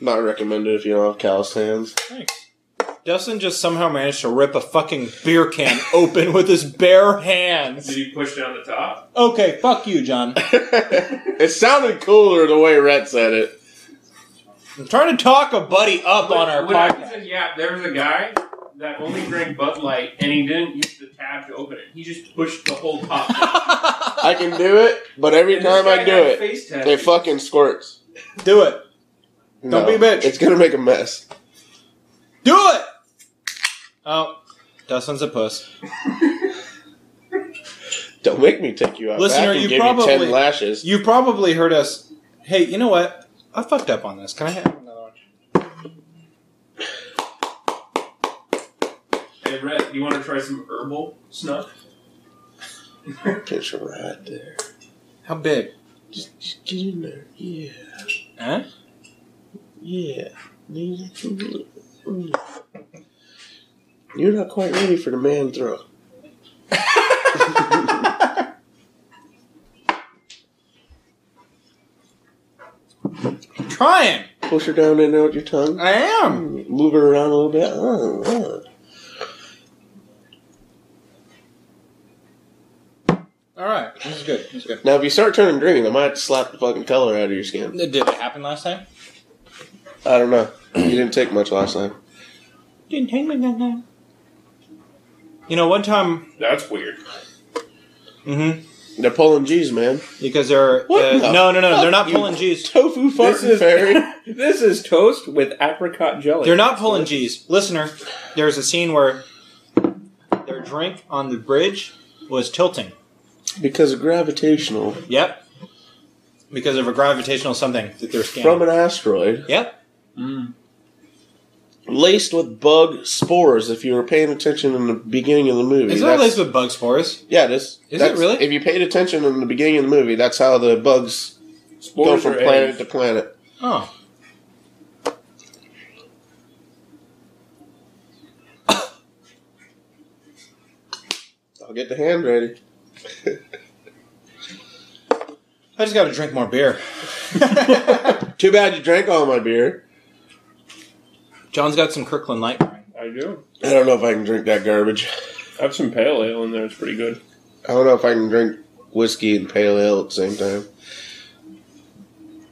Speaker 2: Not recommended if you don't have calloused hands.
Speaker 4: Thanks. Dustin just somehow managed to rip a fucking beer can open with his bare hands.
Speaker 3: Did he push down the top?
Speaker 4: Okay, fuck you, John.
Speaker 2: it sounded cooler the way Rhett said it.
Speaker 4: I'm trying to talk a buddy up on our
Speaker 3: When I
Speaker 4: podcast.
Speaker 3: said, yeah, there was a guy that only drank Bud Light and he didn't use the tab to open it. He just pushed the whole top. down.
Speaker 2: I can do it, but every
Speaker 3: And this
Speaker 2: time I
Speaker 3: guy
Speaker 2: do
Speaker 3: had a
Speaker 2: it,
Speaker 3: face
Speaker 2: it
Speaker 3: tattoo.
Speaker 2: fucking squirts.
Speaker 4: Do it. Don't be a bitch.
Speaker 2: It's gonna make a mess.
Speaker 4: Do it! Oh, Dustin's a puss.
Speaker 2: Don't make me take you out
Speaker 4: Listener,
Speaker 2: back and
Speaker 4: you
Speaker 2: give
Speaker 4: probably-
Speaker 2: you ten lashes.
Speaker 4: You probably heard us. Hey, you know what? I fucked up on this. Can I have another one?
Speaker 3: Hey, Rhett, you want to try some herbal snuff?
Speaker 2: Picture right there.
Speaker 4: How big?
Speaker 2: Just, just get in there. Yeah,
Speaker 4: Huh?
Speaker 2: yeah. You're not quite ready for the man throw.
Speaker 4: I'm trying.
Speaker 2: Push her down in there with your tongue.
Speaker 4: I am.
Speaker 2: Move her around a little bit. Oh, oh.
Speaker 4: All right. This is good. This is good.
Speaker 2: Now, if you start turning green, I might slap the fucking color out of your skin.
Speaker 4: Did it happen last time?
Speaker 2: I don't know. You didn't take much last time.
Speaker 4: Didn't hang me that time. You know, one time.
Speaker 3: That's weird.
Speaker 4: Mm-hmm.
Speaker 2: They're pulling G's, man.
Speaker 4: Because they're.
Speaker 2: What
Speaker 4: uh,
Speaker 2: the
Speaker 4: no, no, no. They're
Speaker 2: fuck
Speaker 4: not
Speaker 2: you-
Speaker 4: pulling G's.
Speaker 2: Tofu
Speaker 3: This
Speaker 2: farting
Speaker 3: is
Speaker 2: fairy.
Speaker 3: this is toast with apricot jelly.
Speaker 4: They're not pulling G's. Listener, there's a scene where their drink on the bridge was tilting.
Speaker 2: Because of gravitational.
Speaker 4: Yep. because of a gravitational something that they're scanning.
Speaker 2: From an asteroid
Speaker 4: yep.
Speaker 2: laced with bug spores. If you were paying attention in the beginning of the movie,
Speaker 4: Is it
Speaker 2: that's-
Speaker 4: laced with bug spores?
Speaker 2: yeah, it is.
Speaker 4: it
Speaker 2: That's-
Speaker 4: really?
Speaker 2: If you paid attention in the beginning of the movie, that's how the bugs go
Speaker 3: Spores
Speaker 2: from
Speaker 3: are
Speaker 2: planet
Speaker 3: eggs.
Speaker 2: to planet.
Speaker 4: Oh.
Speaker 2: I'll get the hand ready.
Speaker 4: I just gotta drink more beer.
Speaker 2: Too bad you drank all my beer.
Speaker 4: John's got some Kirkland Light Brewing.
Speaker 3: I do.
Speaker 2: I don't know if I can drink that garbage.
Speaker 3: I have some pale ale in there. It's pretty good.
Speaker 2: I don't know if I can drink whiskey and pale ale at the same time.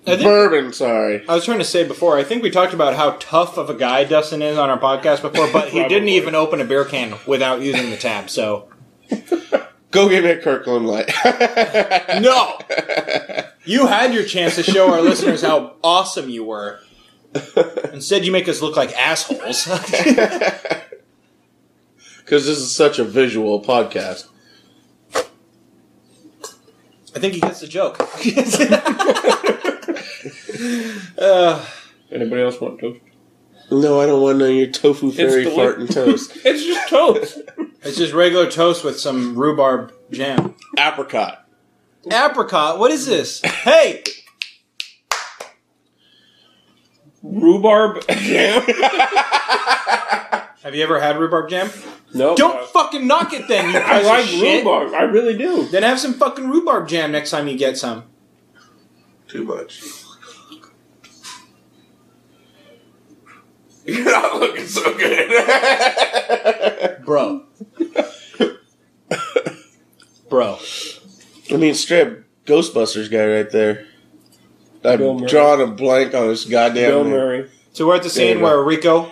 Speaker 4: I think-
Speaker 2: Bourbon, sorry.
Speaker 4: I was trying to say before, I think we talked about how tough of a guy Dustin is on our podcast before, but he didn't
Speaker 3: Probably.
Speaker 4: even open a beer can without using the tab, so.
Speaker 2: Go get me a Kirkland Light.
Speaker 4: No! You had your chance to show our listeners how awesome you were. Instead, you make us look like assholes.
Speaker 2: Because this is such a visual podcast.
Speaker 4: I think he gets the joke.
Speaker 3: Anybody else want toast?
Speaker 2: No, I don't want to know your tofu fairy
Speaker 3: deli-
Speaker 2: fart and toast.
Speaker 3: It's just toast.
Speaker 4: it's just regular toast with some rhubarb jam.
Speaker 2: Apricot.
Speaker 4: Apricot, what is this? Hey!
Speaker 3: Rhubarb jam.
Speaker 4: Have you ever had rhubarb jam?
Speaker 3: No.
Speaker 4: Don't fucking knock it then, you
Speaker 3: I
Speaker 4: piece of
Speaker 3: like
Speaker 4: shit.
Speaker 3: rhubarb. I really do.
Speaker 4: Then have some fucking rhubarb jam next time you get some.
Speaker 2: Too much. You're not looking so good.
Speaker 4: Bro. Bro.
Speaker 2: I mean, strip Ghostbusters guy right there.
Speaker 3: Bill
Speaker 2: I'm
Speaker 3: Murray.
Speaker 2: drawing a blank on this goddamn.
Speaker 3: Bill
Speaker 2: name.
Speaker 3: Murray.
Speaker 4: So we're at the
Speaker 2: There
Speaker 4: scene
Speaker 2: you go.
Speaker 4: where Rico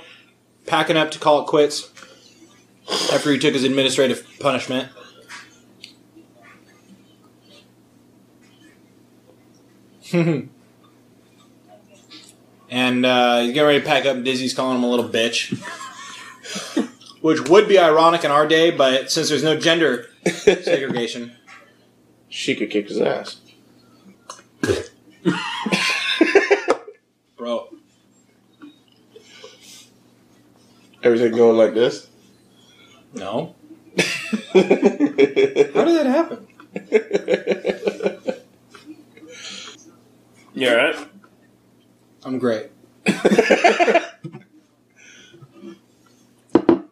Speaker 4: packing up to call it quits after he took his administrative punishment. and uh, he's getting ready to pack up. and Dizzy's calling him a little bitch, which would be ironic in our day, but since there's no gender segregation,
Speaker 2: She could kick his ass.
Speaker 4: bro.
Speaker 2: Everything going like this.
Speaker 4: No, how
Speaker 2: How
Speaker 4: did that happen?
Speaker 3: You alright?
Speaker 4: I'm great.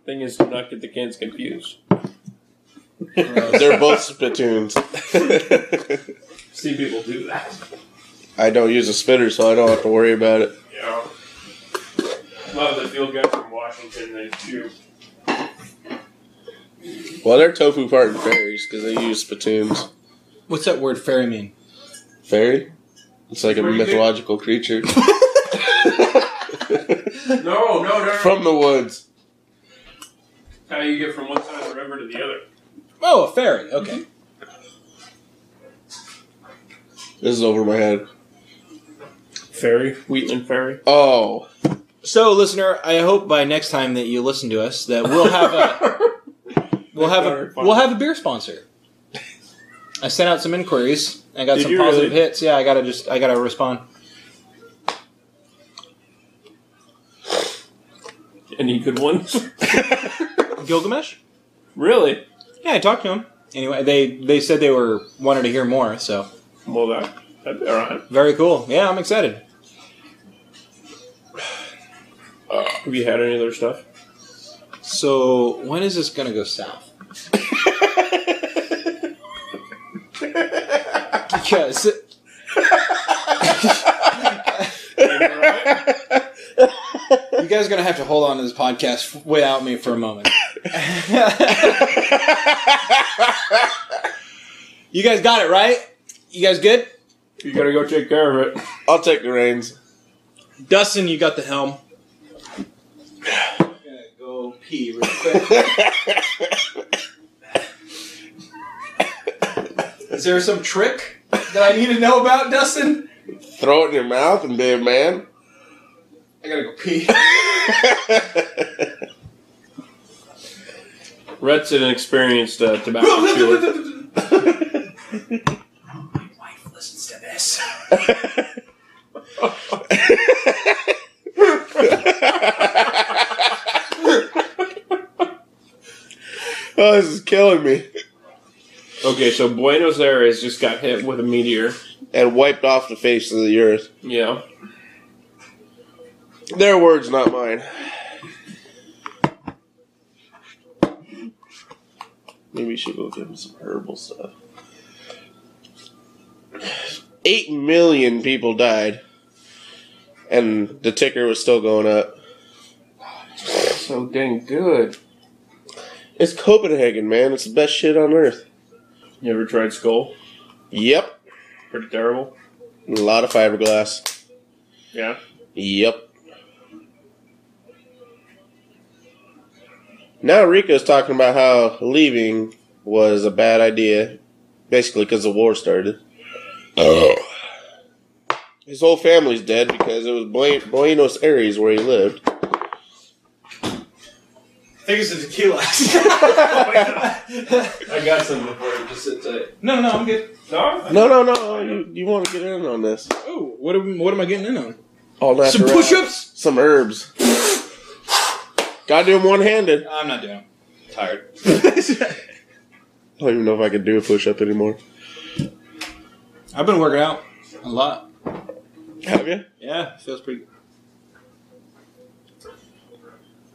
Speaker 3: Thing is, do not get the kids confused.
Speaker 4: Gross.
Speaker 2: They're both spittoons.
Speaker 3: See people do that.
Speaker 2: I don't use a spitter, so I don't have to worry about it.
Speaker 3: Yeah. Love the field guys from Washington. They shoot.
Speaker 2: Well, they're tofu farting fairies because they use spittoons.
Speaker 4: What's that word fairy mean?
Speaker 2: Fairy? It's like a
Speaker 3: Pretty good.
Speaker 2: mythological creature
Speaker 3: No, no, no.
Speaker 2: from the woods.
Speaker 3: How you get from one side of the river to the other?
Speaker 4: Oh, a fairy. Okay.
Speaker 2: This is over my head.
Speaker 3: Ferry, Wheatland Ferry.
Speaker 2: Oh,
Speaker 4: So, listener, I hope by next time that you listen to us that we'll have a we'll have a we'll have a beer sponsor. I sent out some inquiries. I got
Speaker 3: Did
Speaker 4: some
Speaker 3: you
Speaker 4: positive
Speaker 3: really?
Speaker 4: hits. Yeah, I gotta just I gotta respond.
Speaker 3: Any good ones?
Speaker 4: Gilgamesh?
Speaker 3: really?
Speaker 4: Yeah, I talked to him. Anyway, they they said they were wanted to hear more. So
Speaker 3: Well, that that'd be all right.
Speaker 4: very cool. Yeah, I'm excited.
Speaker 3: Have you had any other stuff?
Speaker 4: So when is this gonna go south? Because you guys are gonna have to hold on to this podcast f- without me for a moment. you guys got it right. You guys good?
Speaker 3: You gotta go take care of it.
Speaker 2: I'll take the reins.
Speaker 4: Dustin, you got the helm. Go pee real quick. Is there some trick that I need to know about, Dustin?
Speaker 2: Throw it in your mouth and be a man.
Speaker 4: I gotta go pee.
Speaker 3: Rhett's an experienced uh, tobacco chewer.
Speaker 4: My wife listens to this. Yes.
Speaker 2: Oh, this is killing me.
Speaker 3: Okay, so Buenos Aires just got hit with a meteor.
Speaker 2: And wiped off the face of the earth.
Speaker 3: Yeah.
Speaker 2: Their words, not mine. Maybe we should go give them some herbal stuff. Eight million people died, and the ticker was still going up.
Speaker 3: So dang good.
Speaker 2: It's Copenhagen, man. It's the best shit on earth.
Speaker 3: You ever tried skull?
Speaker 2: Yep,
Speaker 3: Pretty terrible.
Speaker 2: a lot of fiberglass.
Speaker 3: Yeah.
Speaker 2: Yep. Now Rico's talking about how leaving was a bad idea, basically because the war started. Oh.
Speaker 4: Uh-huh.
Speaker 2: His whole family's dead because it was Buen- Buenos Aires where he lived.
Speaker 4: I think it's a tequila.
Speaker 3: I got some before. Just sit tight.
Speaker 4: no, no, I'm good.
Speaker 3: No.
Speaker 2: No, no, no. You, you want to get in on this?
Speaker 4: Oh, what am, what am I getting in on?
Speaker 2: All natural.
Speaker 4: Some push-ups?
Speaker 2: Some herbs. Gotta do them one-handed.
Speaker 4: I'm not doing. i tired.
Speaker 2: I don't even know if I can do a push-up anymore.
Speaker 4: I've been working out a lot.
Speaker 2: Have you?
Speaker 4: Yeah, feels pretty.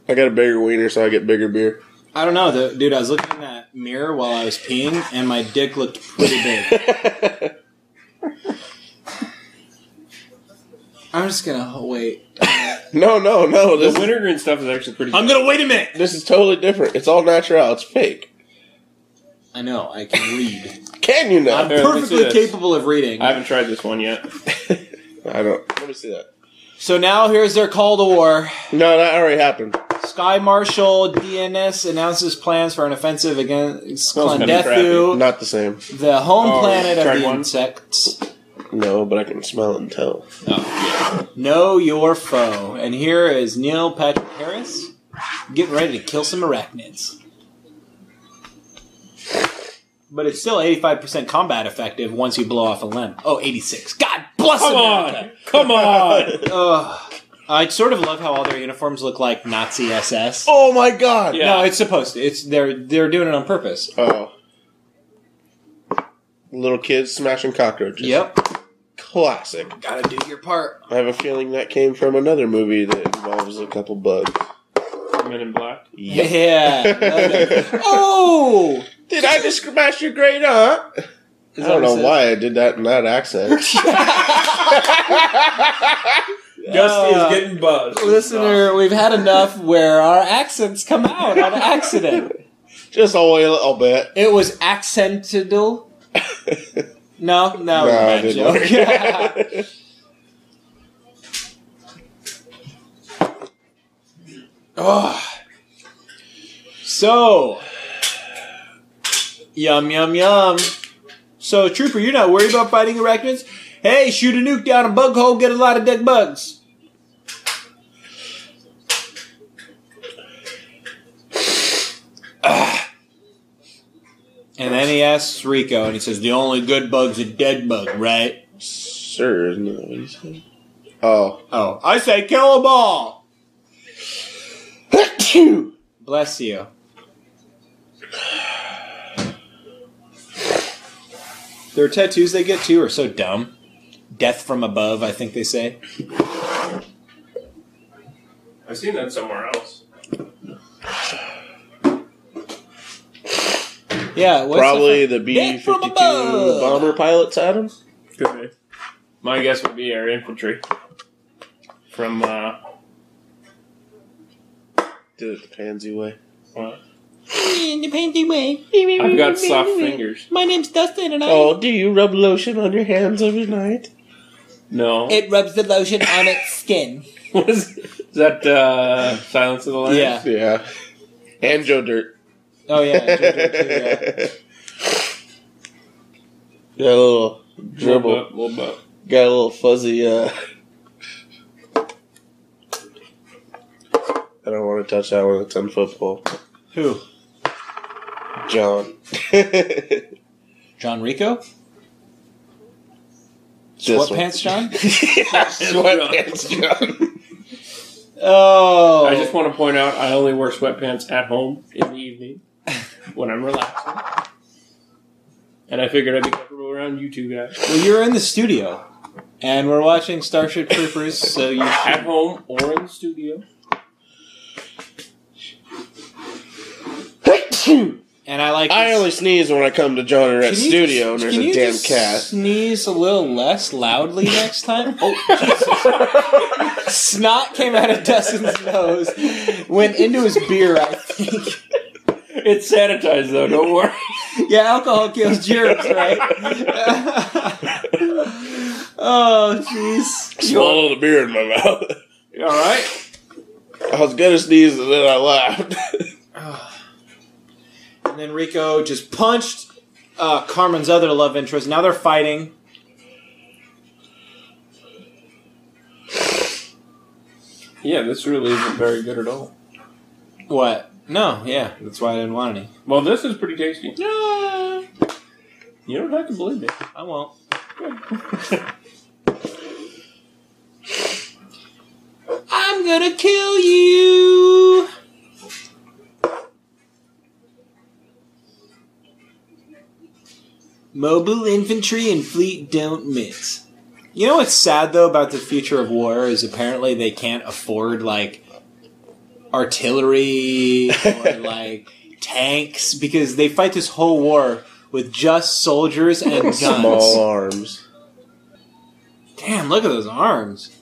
Speaker 2: I got a bigger wiener, so I get bigger beer.
Speaker 4: I don't know, though. dude. I was looking in that mirror while I was peeing, and my dick looked pretty big. I'm just gonna wait.
Speaker 2: no, no, no.
Speaker 3: The
Speaker 2: This, is,
Speaker 3: wintergreen stuff is actually pretty.
Speaker 4: I'm gonna wait a minute.
Speaker 2: this is totally different. It's all natural. It's fake.
Speaker 4: I know. I can read.
Speaker 2: Can you
Speaker 4: I'm
Speaker 2: not?
Speaker 3: Here, let me see
Speaker 4: perfectly
Speaker 3: this.
Speaker 4: capable of reading.
Speaker 3: I haven't tried this one yet.
Speaker 2: I don't. Let me see that.
Speaker 4: So now here's their call to war.
Speaker 2: No, that already happened.
Speaker 4: Sky Marshal DNS announces plans for an offensive against
Speaker 3: Smells kinda
Speaker 4: Klandethu,
Speaker 2: Not the same.
Speaker 4: the home
Speaker 3: Oh,
Speaker 4: planet
Speaker 3: tried
Speaker 4: of the
Speaker 3: one.
Speaker 4: insects.
Speaker 2: No, but I can smell it and tell.
Speaker 4: Know your foe. And here is Neil Patrick Harris getting ready to kill some arachnids. But it's still 85% combat effective once you blow off a limb. Oh, 86. God bless
Speaker 3: Come on,
Speaker 4: America.
Speaker 3: come on.
Speaker 4: Ugh. I sort of love how all their uniforms look like Nazi SS.
Speaker 2: Oh my god!
Speaker 3: Yeah.
Speaker 4: No, it's supposed to. It's they're they're doing it on purpose.
Speaker 2: Oh. Little kids smashing cockroaches.
Speaker 4: Yep.
Speaker 2: Classic.
Speaker 4: Gotta do your part.
Speaker 2: I have a feeling that came from another movie that involves a couple bugs.
Speaker 3: Men in Black.
Speaker 2: Yep.
Speaker 4: Yeah. oh!
Speaker 2: Did I just smash your grade up? I don't know why I did that in that accent.
Speaker 3: Dusty
Speaker 4: Uh,
Speaker 3: is getting buzzed.
Speaker 4: Listener, we've had enough where our accents come out on accident.
Speaker 2: just a wee little bit.
Speaker 4: It was accentedal. No, no,
Speaker 2: No,
Speaker 4: that
Speaker 2: it
Speaker 4: was a
Speaker 2: didn't
Speaker 4: bad
Speaker 2: work.
Speaker 4: joke. Yeah. Ugh. So, yum, yum, yum. So, Trooper, you're not worried about fighting arachnids? Hey, shoot a nuke down a bug hole, get a lot of dead bugs. Ah. And then he asks Rico, and he says, The only good bug's a dead bug, right?
Speaker 2: Sure, isn't that what you said? Oh.
Speaker 4: Oh, I say kill them all.
Speaker 2: Achoo!
Speaker 4: Bless you. Their tattoos they get too are so dumb. Death from above, I think they say.
Speaker 3: I've seen that somewhere else.
Speaker 4: Yeah, what's the
Speaker 2: Probably
Speaker 4: fu-
Speaker 2: the B
Speaker 4: Death
Speaker 2: fifty
Speaker 4: from
Speaker 2: two
Speaker 4: above.
Speaker 2: bomber pilots at him.
Speaker 3: Could be. My guess would be our infantry from uh,
Speaker 2: Did it the pansy way.
Speaker 4: In the painting way.
Speaker 3: I've got soft fingers.
Speaker 4: My name's Dustin, and I.
Speaker 2: Oh, do you rub lotion on your hands every night?
Speaker 3: No.
Speaker 4: It rubs the lotion on its skin.
Speaker 3: What is, is that uh, Silence of the Lambs?
Speaker 4: Yeah.
Speaker 2: Yeah. And Joe Dirt.
Speaker 4: Oh yeah. Joe Dirt too, yeah.
Speaker 2: Got a little
Speaker 3: Dribble.
Speaker 2: dribble.
Speaker 3: Little bit, little bit.
Speaker 2: Got a little fuzzy. Uh... I don't want to touch that one. It's on football.
Speaker 4: Who?
Speaker 2: John.
Speaker 4: John Rico?
Speaker 2: This one.
Speaker 4: pants, John?
Speaker 2: Sweatpants, John.
Speaker 4: Oh,
Speaker 3: I just want to point out I only wear sweatpants at home in the evening when I'm relaxing. And I figured I'd be comfortable around you two guys.
Speaker 4: well, you're in the studio, and we're watching Starship Troopers. So you,
Speaker 3: At home or in the studio.
Speaker 4: and I like.
Speaker 2: I only sneeze when I come to John and Red's
Speaker 4: Can you
Speaker 2: studio, and
Speaker 4: just-
Speaker 2: there's
Speaker 4: can
Speaker 2: a
Speaker 4: you
Speaker 2: damn
Speaker 4: just
Speaker 2: cat.
Speaker 4: Sneeze a little less loudly next time. Oh,
Speaker 2: Oh,
Speaker 4: Jesus. snot came out of Dustin's nose, went into his beer. I think.
Speaker 3: It's sanitized though, don't worry.
Speaker 4: Yeah, alcohol kills germs, right? oh, jeez.
Speaker 2: Swallowed a beer in my mouth.
Speaker 3: You All right.
Speaker 2: I was gonna sneeze, and then I laughed.
Speaker 4: And then Rico just punched uh, Carmen's other love interest. Now they're fighting.
Speaker 3: Yeah, this really isn't very good at all.
Speaker 4: What? No, yeah, that's why I didn't want any.
Speaker 3: Well, this is pretty tasty.
Speaker 4: No,
Speaker 3: You don't have to believe me.
Speaker 4: I won't. I'm gonna kill you. Mobile infantry and fleet don't mix. You know what's sad though about the future of war is apparently they can't afford like artillery or like tanks because they fight this whole war with just soldiers and guns.
Speaker 2: Small arms.
Speaker 4: Damn, look at those arms.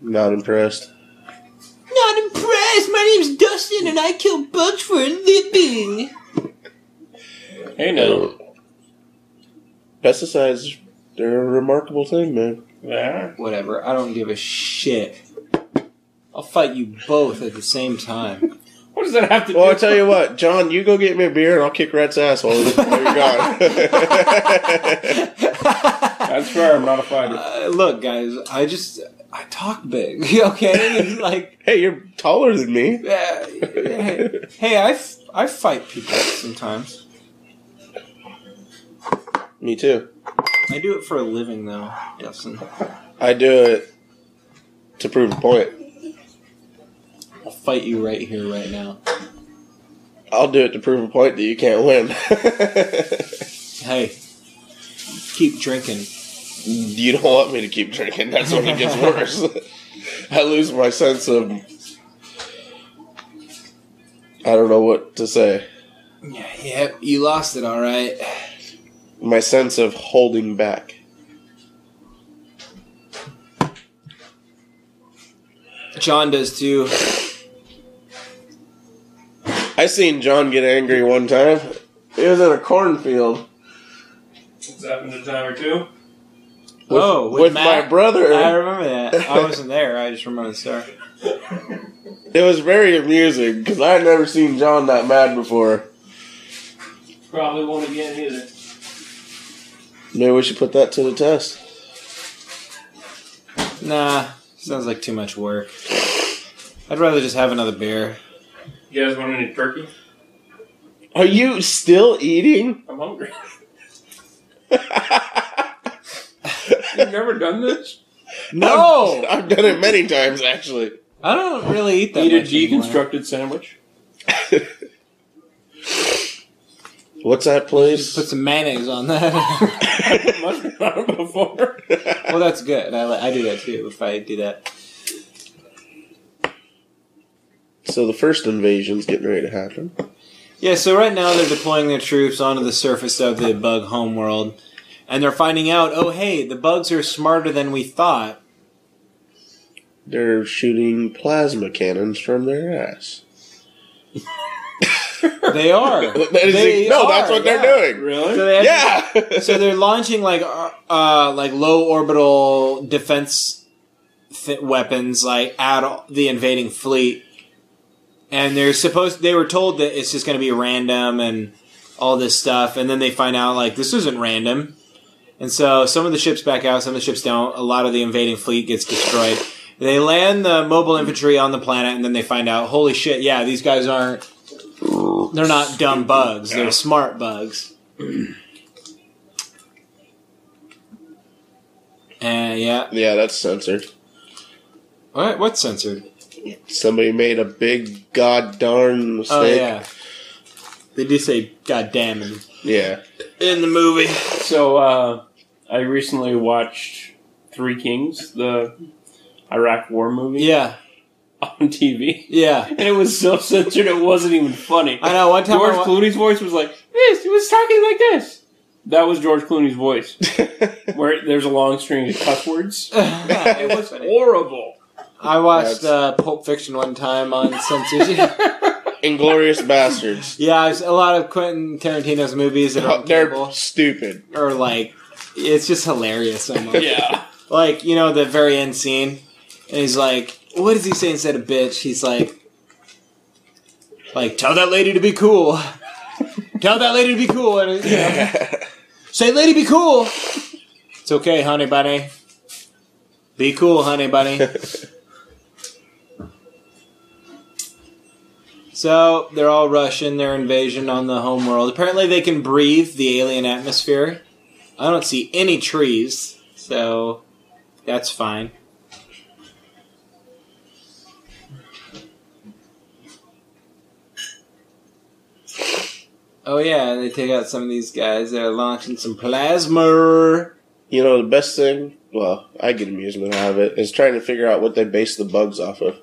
Speaker 2: Not impressed.
Speaker 4: Not impressed. My name's Dustin, and I kill bugs for a living.
Speaker 3: Hey,
Speaker 2: Oh.
Speaker 3: no.
Speaker 2: Pesticides, they're a remarkable thing, man.
Speaker 3: Yeah.
Speaker 4: Whatever. I don't give a shit. I'll fight you both at the same time.
Speaker 3: What does that have to
Speaker 2: Well, I
Speaker 3: do?
Speaker 2: tell you what, John, you go get me a beer, and I'll kick Rat's ass while you're gone.
Speaker 3: That's fair. I'm not a fighter.
Speaker 4: Uh, look, guys. I just I talk big. Okay. It's like
Speaker 2: hey, you're taller than me.
Speaker 4: uh, hey, hey, I f- I fight people sometimes.
Speaker 2: Me too.
Speaker 4: I do it for a living, though, Dustin.
Speaker 2: I do it to prove a point.
Speaker 4: I'll fight you right here, right now.
Speaker 2: I'll do it to prove a point that you can't win.
Speaker 4: Hey, keep drinking.
Speaker 2: you don't want me to keep drinking. That's when it gets worse. I lose my sense of. I don't know what to say.
Speaker 4: Yeah, yep. You lost it, all right.
Speaker 2: My sense of holding back.
Speaker 4: John does too.
Speaker 2: I seen John get angry one time. It was in a cornfield
Speaker 3: It's happened a time or two.
Speaker 2: with,
Speaker 4: oh,
Speaker 2: with, my brother.
Speaker 4: I remember that. I wasn't there. I just remember the story.
Speaker 2: It was very amusing because I had never seen John that mad before.
Speaker 3: Probably won't again either.
Speaker 2: Maybe we should put that to the test.
Speaker 4: Nah, sounds like too much work. I'd rather just have another beer.
Speaker 3: You guys want any turkey?
Speaker 2: Are you still eating?
Speaker 3: I'm hungry.
Speaker 2: I've
Speaker 3: You've never done this?
Speaker 4: No,
Speaker 2: done it many times actually.
Speaker 4: I don't really eat that
Speaker 3: Eat a
Speaker 4: much anymore.
Speaker 3: deconstructed sandwich.
Speaker 2: What's that
Speaker 4: Just put
Speaker 2: place?
Speaker 4: some mayonnaise on that.
Speaker 3: Mustard on it before.
Speaker 4: well, that's good. I, li- I do that too. If I do that,
Speaker 2: so the first invasion's getting ready to happen.
Speaker 4: yeah. So right now they're deploying their troops onto the surface of the bug homeworld, and they're finding out. Oh, hey, the bugs are smarter than we thought.
Speaker 2: They're shooting plasma cannons from their ass.
Speaker 4: They are.
Speaker 2: That is-
Speaker 4: They
Speaker 2: no,
Speaker 4: are,
Speaker 2: that's what
Speaker 4: yeah.
Speaker 2: they're doing.
Speaker 4: So
Speaker 3: Really?
Speaker 4: they have to
Speaker 2: Yeah.
Speaker 4: so they're launching like uh, uh like low orbital defense th- weapons like at all- the invading fleet and they're supposed they were told that it's just going to be random and all this stuff and then they find out like this isn't random and so some of the ships back out some of the ships don't a lot of the invading fleet gets destroyed they land the mobile infantry on the planet and then they find out holy shit yeah these guys aren't they're not dumb bugs they're Uh, smart bugs And yeah.
Speaker 2: Yeah, that's censored.
Speaker 4: What? What's censored?
Speaker 2: Somebody made a big god darn mistake.
Speaker 4: Oh yeah. They do say "goddamn" in,
Speaker 2: Yeah.
Speaker 4: in the movie.
Speaker 3: So uh, I recently watched Three Kings, the Iraq War movie,
Speaker 4: Yeah.
Speaker 3: on TV,
Speaker 4: Yeah.
Speaker 3: and it was so censored it wasn't even funny.
Speaker 4: I know. One time
Speaker 3: George
Speaker 4: I wa-
Speaker 3: Clooney's voice was like this. He was talking like this. That was George Clooney's voice. Where there's a long string of cuss words. It was horrible.
Speaker 4: I watched
Speaker 2: That's-
Speaker 4: uh, Pulp Fiction one time on censorship.
Speaker 2: Inglorious Bastards.
Speaker 4: yeah, I was- a lot of Quentin Tarantino's movies that are on
Speaker 2: They're
Speaker 4: cable
Speaker 2: stupid.
Speaker 4: or like it's just hilarious. Almost.
Speaker 3: Yeah.
Speaker 4: like you know the very end scene, and he's like, "What does he say instead of bitch?" He's like, "Like tell that lady to be cool." Tell that lady to be cool, and you know, say, "Lady, be cool." It's okay, honey bunny. Be cool, honey bunny. So they're all Russian. Their invasion on the home world. Apparently, they can breathe the alien atmosphere. I don't see any trees, so that's fine. Oh yeah, and they take out some of these guys. They're launching some plasma.
Speaker 2: You know, the best thing, well, I get amusement out of it, is trying to figure out what they base the bugs off of.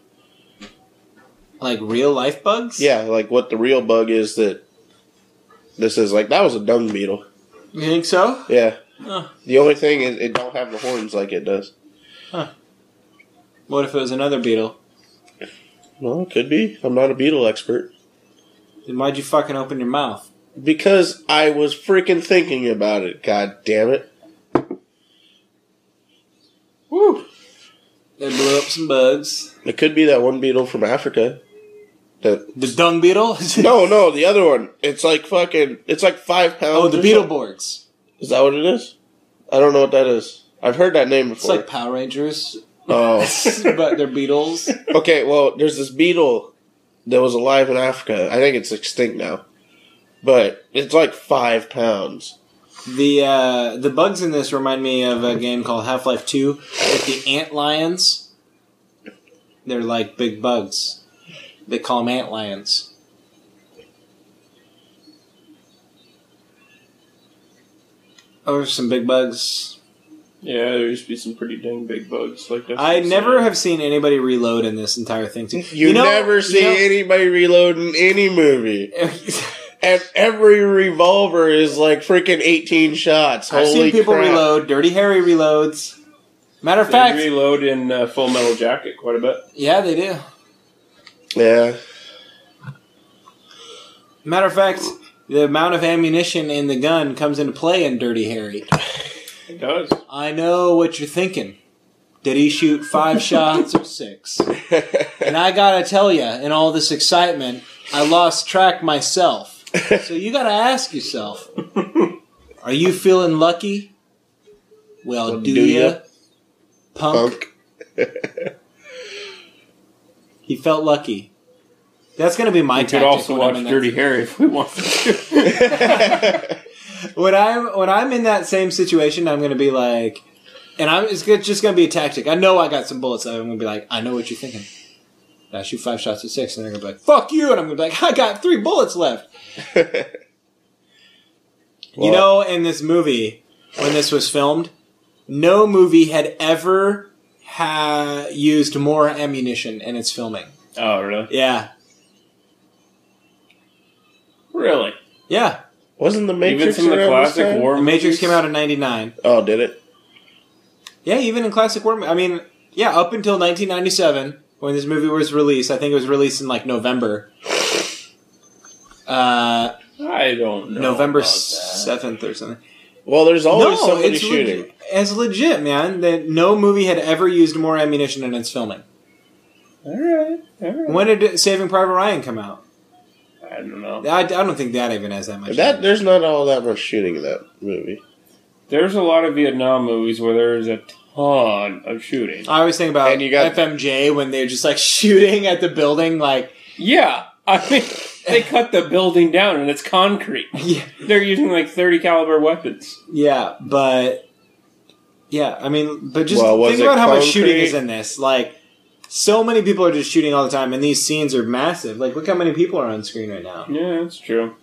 Speaker 4: Like real life bugs?
Speaker 2: Yeah, like what the real bug is that this is like that was a dung beetle.
Speaker 4: You think so?
Speaker 2: Yeah.
Speaker 4: Huh.
Speaker 2: The only thing is it don't have the horns like it does.
Speaker 4: What if it was another beetle?
Speaker 2: Well, it could be. I'm not a beetle expert.
Speaker 4: Then why'd you fucking open your mouth?
Speaker 2: Because I was freaking thinking about it. God damn it.
Speaker 4: Woo! They blew up some bugs.
Speaker 2: It could be that one beetle from Africa. That
Speaker 4: The dung beetle?
Speaker 2: no, no, the other one. It's like fucking. It's like five pounds.
Speaker 4: Oh, the
Speaker 2: or
Speaker 4: beetle
Speaker 2: something.
Speaker 4: boards.
Speaker 2: Is that what it is? I don't know what that is. I've heard that name
Speaker 4: It's
Speaker 2: before.
Speaker 4: like Power Rangers,
Speaker 2: oh,
Speaker 4: but they're beetles.
Speaker 2: okay. Well, there's this beetle that was alive in Africa. I think it's extinct now, but it's like five pounds.
Speaker 4: The uh, the bugs in this remind me of a game called Half Life Two with the ant lions. They're like big bugs. They call them ant lions. Oh, there's some big bugs.
Speaker 3: Yeah, there used to be some pretty dang big bugs like that.
Speaker 4: I never have seen anybody reload in this entire thing.
Speaker 2: You, never see
Speaker 4: it.
Speaker 2: anybody reloading any movie, and every revolver is like freaking eighteen shots. Holy
Speaker 4: I've seen people
Speaker 2: crap.
Speaker 4: reload. Dirty Harry reloads. Matter of fact,
Speaker 3: They reload in uh, Full Metal Jacket quite a bit.
Speaker 4: yeah, they do.
Speaker 2: Yeah.
Speaker 4: Matter of fact, the amount of ammunition in the gun comes into play in Dirty Harry.
Speaker 3: It does.
Speaker 4: I know what you're thinking. Did he shoot five shots or six? And I gotta tell you, in all this excitement, I lost track myself. So you gotta ask yourself are you feeling lucky? Well,
Speaker 2: Well,
Speaker 4: do,
Speaker 2: do
Speaker 4: ya,
Speaker 2: ya,
Speaker 4: punk?
Speaker 2: Punk.
Speaker 4: He felt lucky. That's gonna be my
Speaker 3: I could
Speaker 4: tactic
Speaker 3: also
Speaker 4: when I'm
Speaker 3: watch
Speaker 4: in that
Speaker 3: Dirty Harry if we want to.
Speaker 4: when I'm when I'm in that same situation, I'm gonna be like, and I'm it's go- just gonna be a tactic. I know I got some bullets. I'm gonna be like, I know what you're thinking. And I shoot five shots at six, and they're gonna be like, "Fuck you!" And I'm gonna be like, "I got three bullets left." you know, in this movie, when this was filmed, no movie had ever ha- used more ammunition in its filming.
Speaker 3: oh, really?
Speaker 4: Yeah,
Speaker 3: Really?
Speaker 4: yeah.
Speaker 2: Wasn't the Matrix
Speaker 3: Even some of the
Speaker 2: around this
Speaker 3: classic
Speaker 2: time?
Speaker 3: war
Speaker 4: The Matrix came out in '99.
Speaker 2: Oh, did it?
Speaker 4: Yeah, even in classic war. I mean, yeah, up until 1997 when this movie was released. I think it was released in like November. Uh,
Speaker 3: I don't know.
Speaker 4: November
Speaker 3: about that.
Speaker 4: seventh or something.
Speaker 2: Well, there's always
Speaker 4: no,
Speaker 2: somebody
Speaker 4: it's
Speaker 2: shooting.
Speaker 4: leg- as legit, man. That no movie had ever used more ammunition in its filming.
Speaker 3: All right. All right.
Speaker 4: When did Saving Private Ryan come out?
Speaker 3: I don't know.
Speaker 4: I, I don't think that even has that much.
Speaker 2: That there's not all that much shooting in that movie.
Speaker 3: There's a lot of Vietnam movies where there is a ton of shooting.
Speaker 4: I always think about
Speaker 2: And you got-
Speaker 4: FMJ when they're just like shooting at the building, like
Speaker 3: Yeah, I mean, they cut the building down and it's concrete.
Speaker 4: yeah,
Speaker 3: They're using like 30 caliber weapons.
Speaker 4: yeah but Yeah, I mean, but just
Speaker 2: Well, was
Speaker 4: think
Speaker 2: it
Speaker 4: about how much shooting
Speaker 2: concrete?
Speaker 4: is in this. Like, so many people are just shooting all the time, and these scenes are massive. Like, look how many people are on screen right now,
Speaker 3: Yeah, that's true.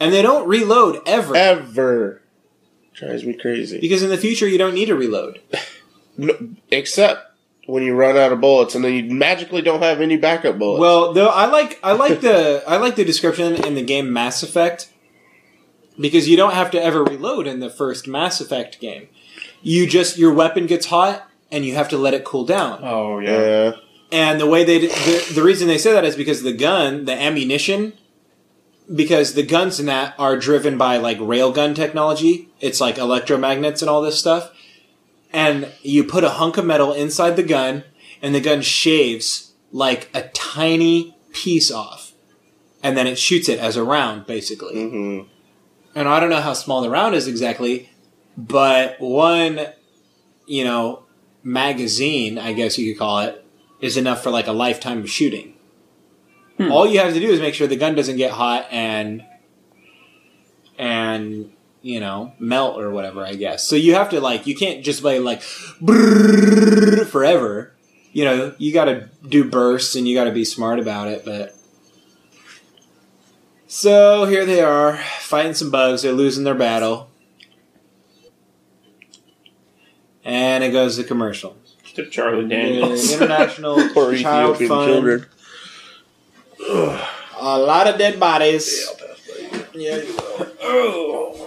Speaker 4: and they don't reload ever
Speaker 2: Ever drives me crazy.
Speaker 4: because in the future you don't need to reload.
Speaker 2: No, except when you run out of bullets and then you magically don't have any backup bullets.
Speaker 4: Well, though I like I like the I like the description in the game Mass Effect because you don't have to ever reload in the first Mass Effect game. You just your weapon gets hot and you have to let it cool down.
Speaker 3: Oh yeah.
Speaker 2: yeah.
Speaker 4: And the way they the, the reason they say that is because the gun, the ammunition, because the guns in that are driven by like railgun technology. It's like electromagnets and all this stuff. And you put a hunk of metal inside the gun, and the gun shaves like a tiny piece off, and then it shoots it as a round, basically.
Speaker 2: Mhm.
Speaker 4: And I don't know how small the round is exactly, but one, you know, magazine, I guess you could call it, is enough for like a lifetime of shooting. All you have to do is make sure the gun doesn't get hot and and you know melt or whatever. I guess so. You have to like you can't just play like brrrr forever. You know you got to do bursts and you got to be smart about it. But so here they are fighting some bugs. They're losing their battle, and it goes to commercial.
Speaker 3: To Charlie Daniels.
Speaker 4: The International
Speaker 2: Poor
Speaker 4: Child
Speaker 2: Ethiopian
Speaker 4: Fund.
Speaker 2: children.
Speaker 4: A lot of dead bodies.
Speaker 3: oh.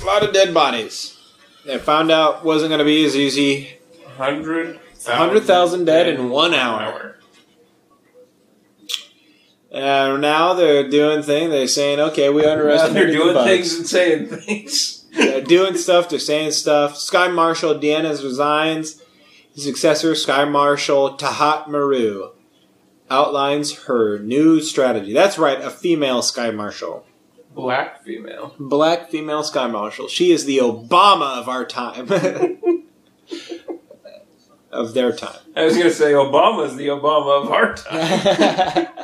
Speaker 4: A lot of dead bodies. They found out wasn't going to be as easy.
Speaker 3: Hundred.
Speaker 4: 100,000 dead in one hour. Uh, now they're doing thing. They're saying, "Okay, we
Speaker 3: Now
Speaker 4: underestimated
Speaker 3: they're doing
Speaker 4: the bugs.
Speaker 3: things and saying things.
Speaker 4: They're doing stuff. They're saying stuff." Sky Marshal Deanna's resigns. His successor, Sky Marshal Tahat Maru, outlines her new strategy. That's right, a female Sky Marshal.
Speaker 3: Black female.
Speaker 4: black female sky marshal. She is the Obama of our time. of their time.
Speaker 3: I was gonna say Obama's the Obama of our time.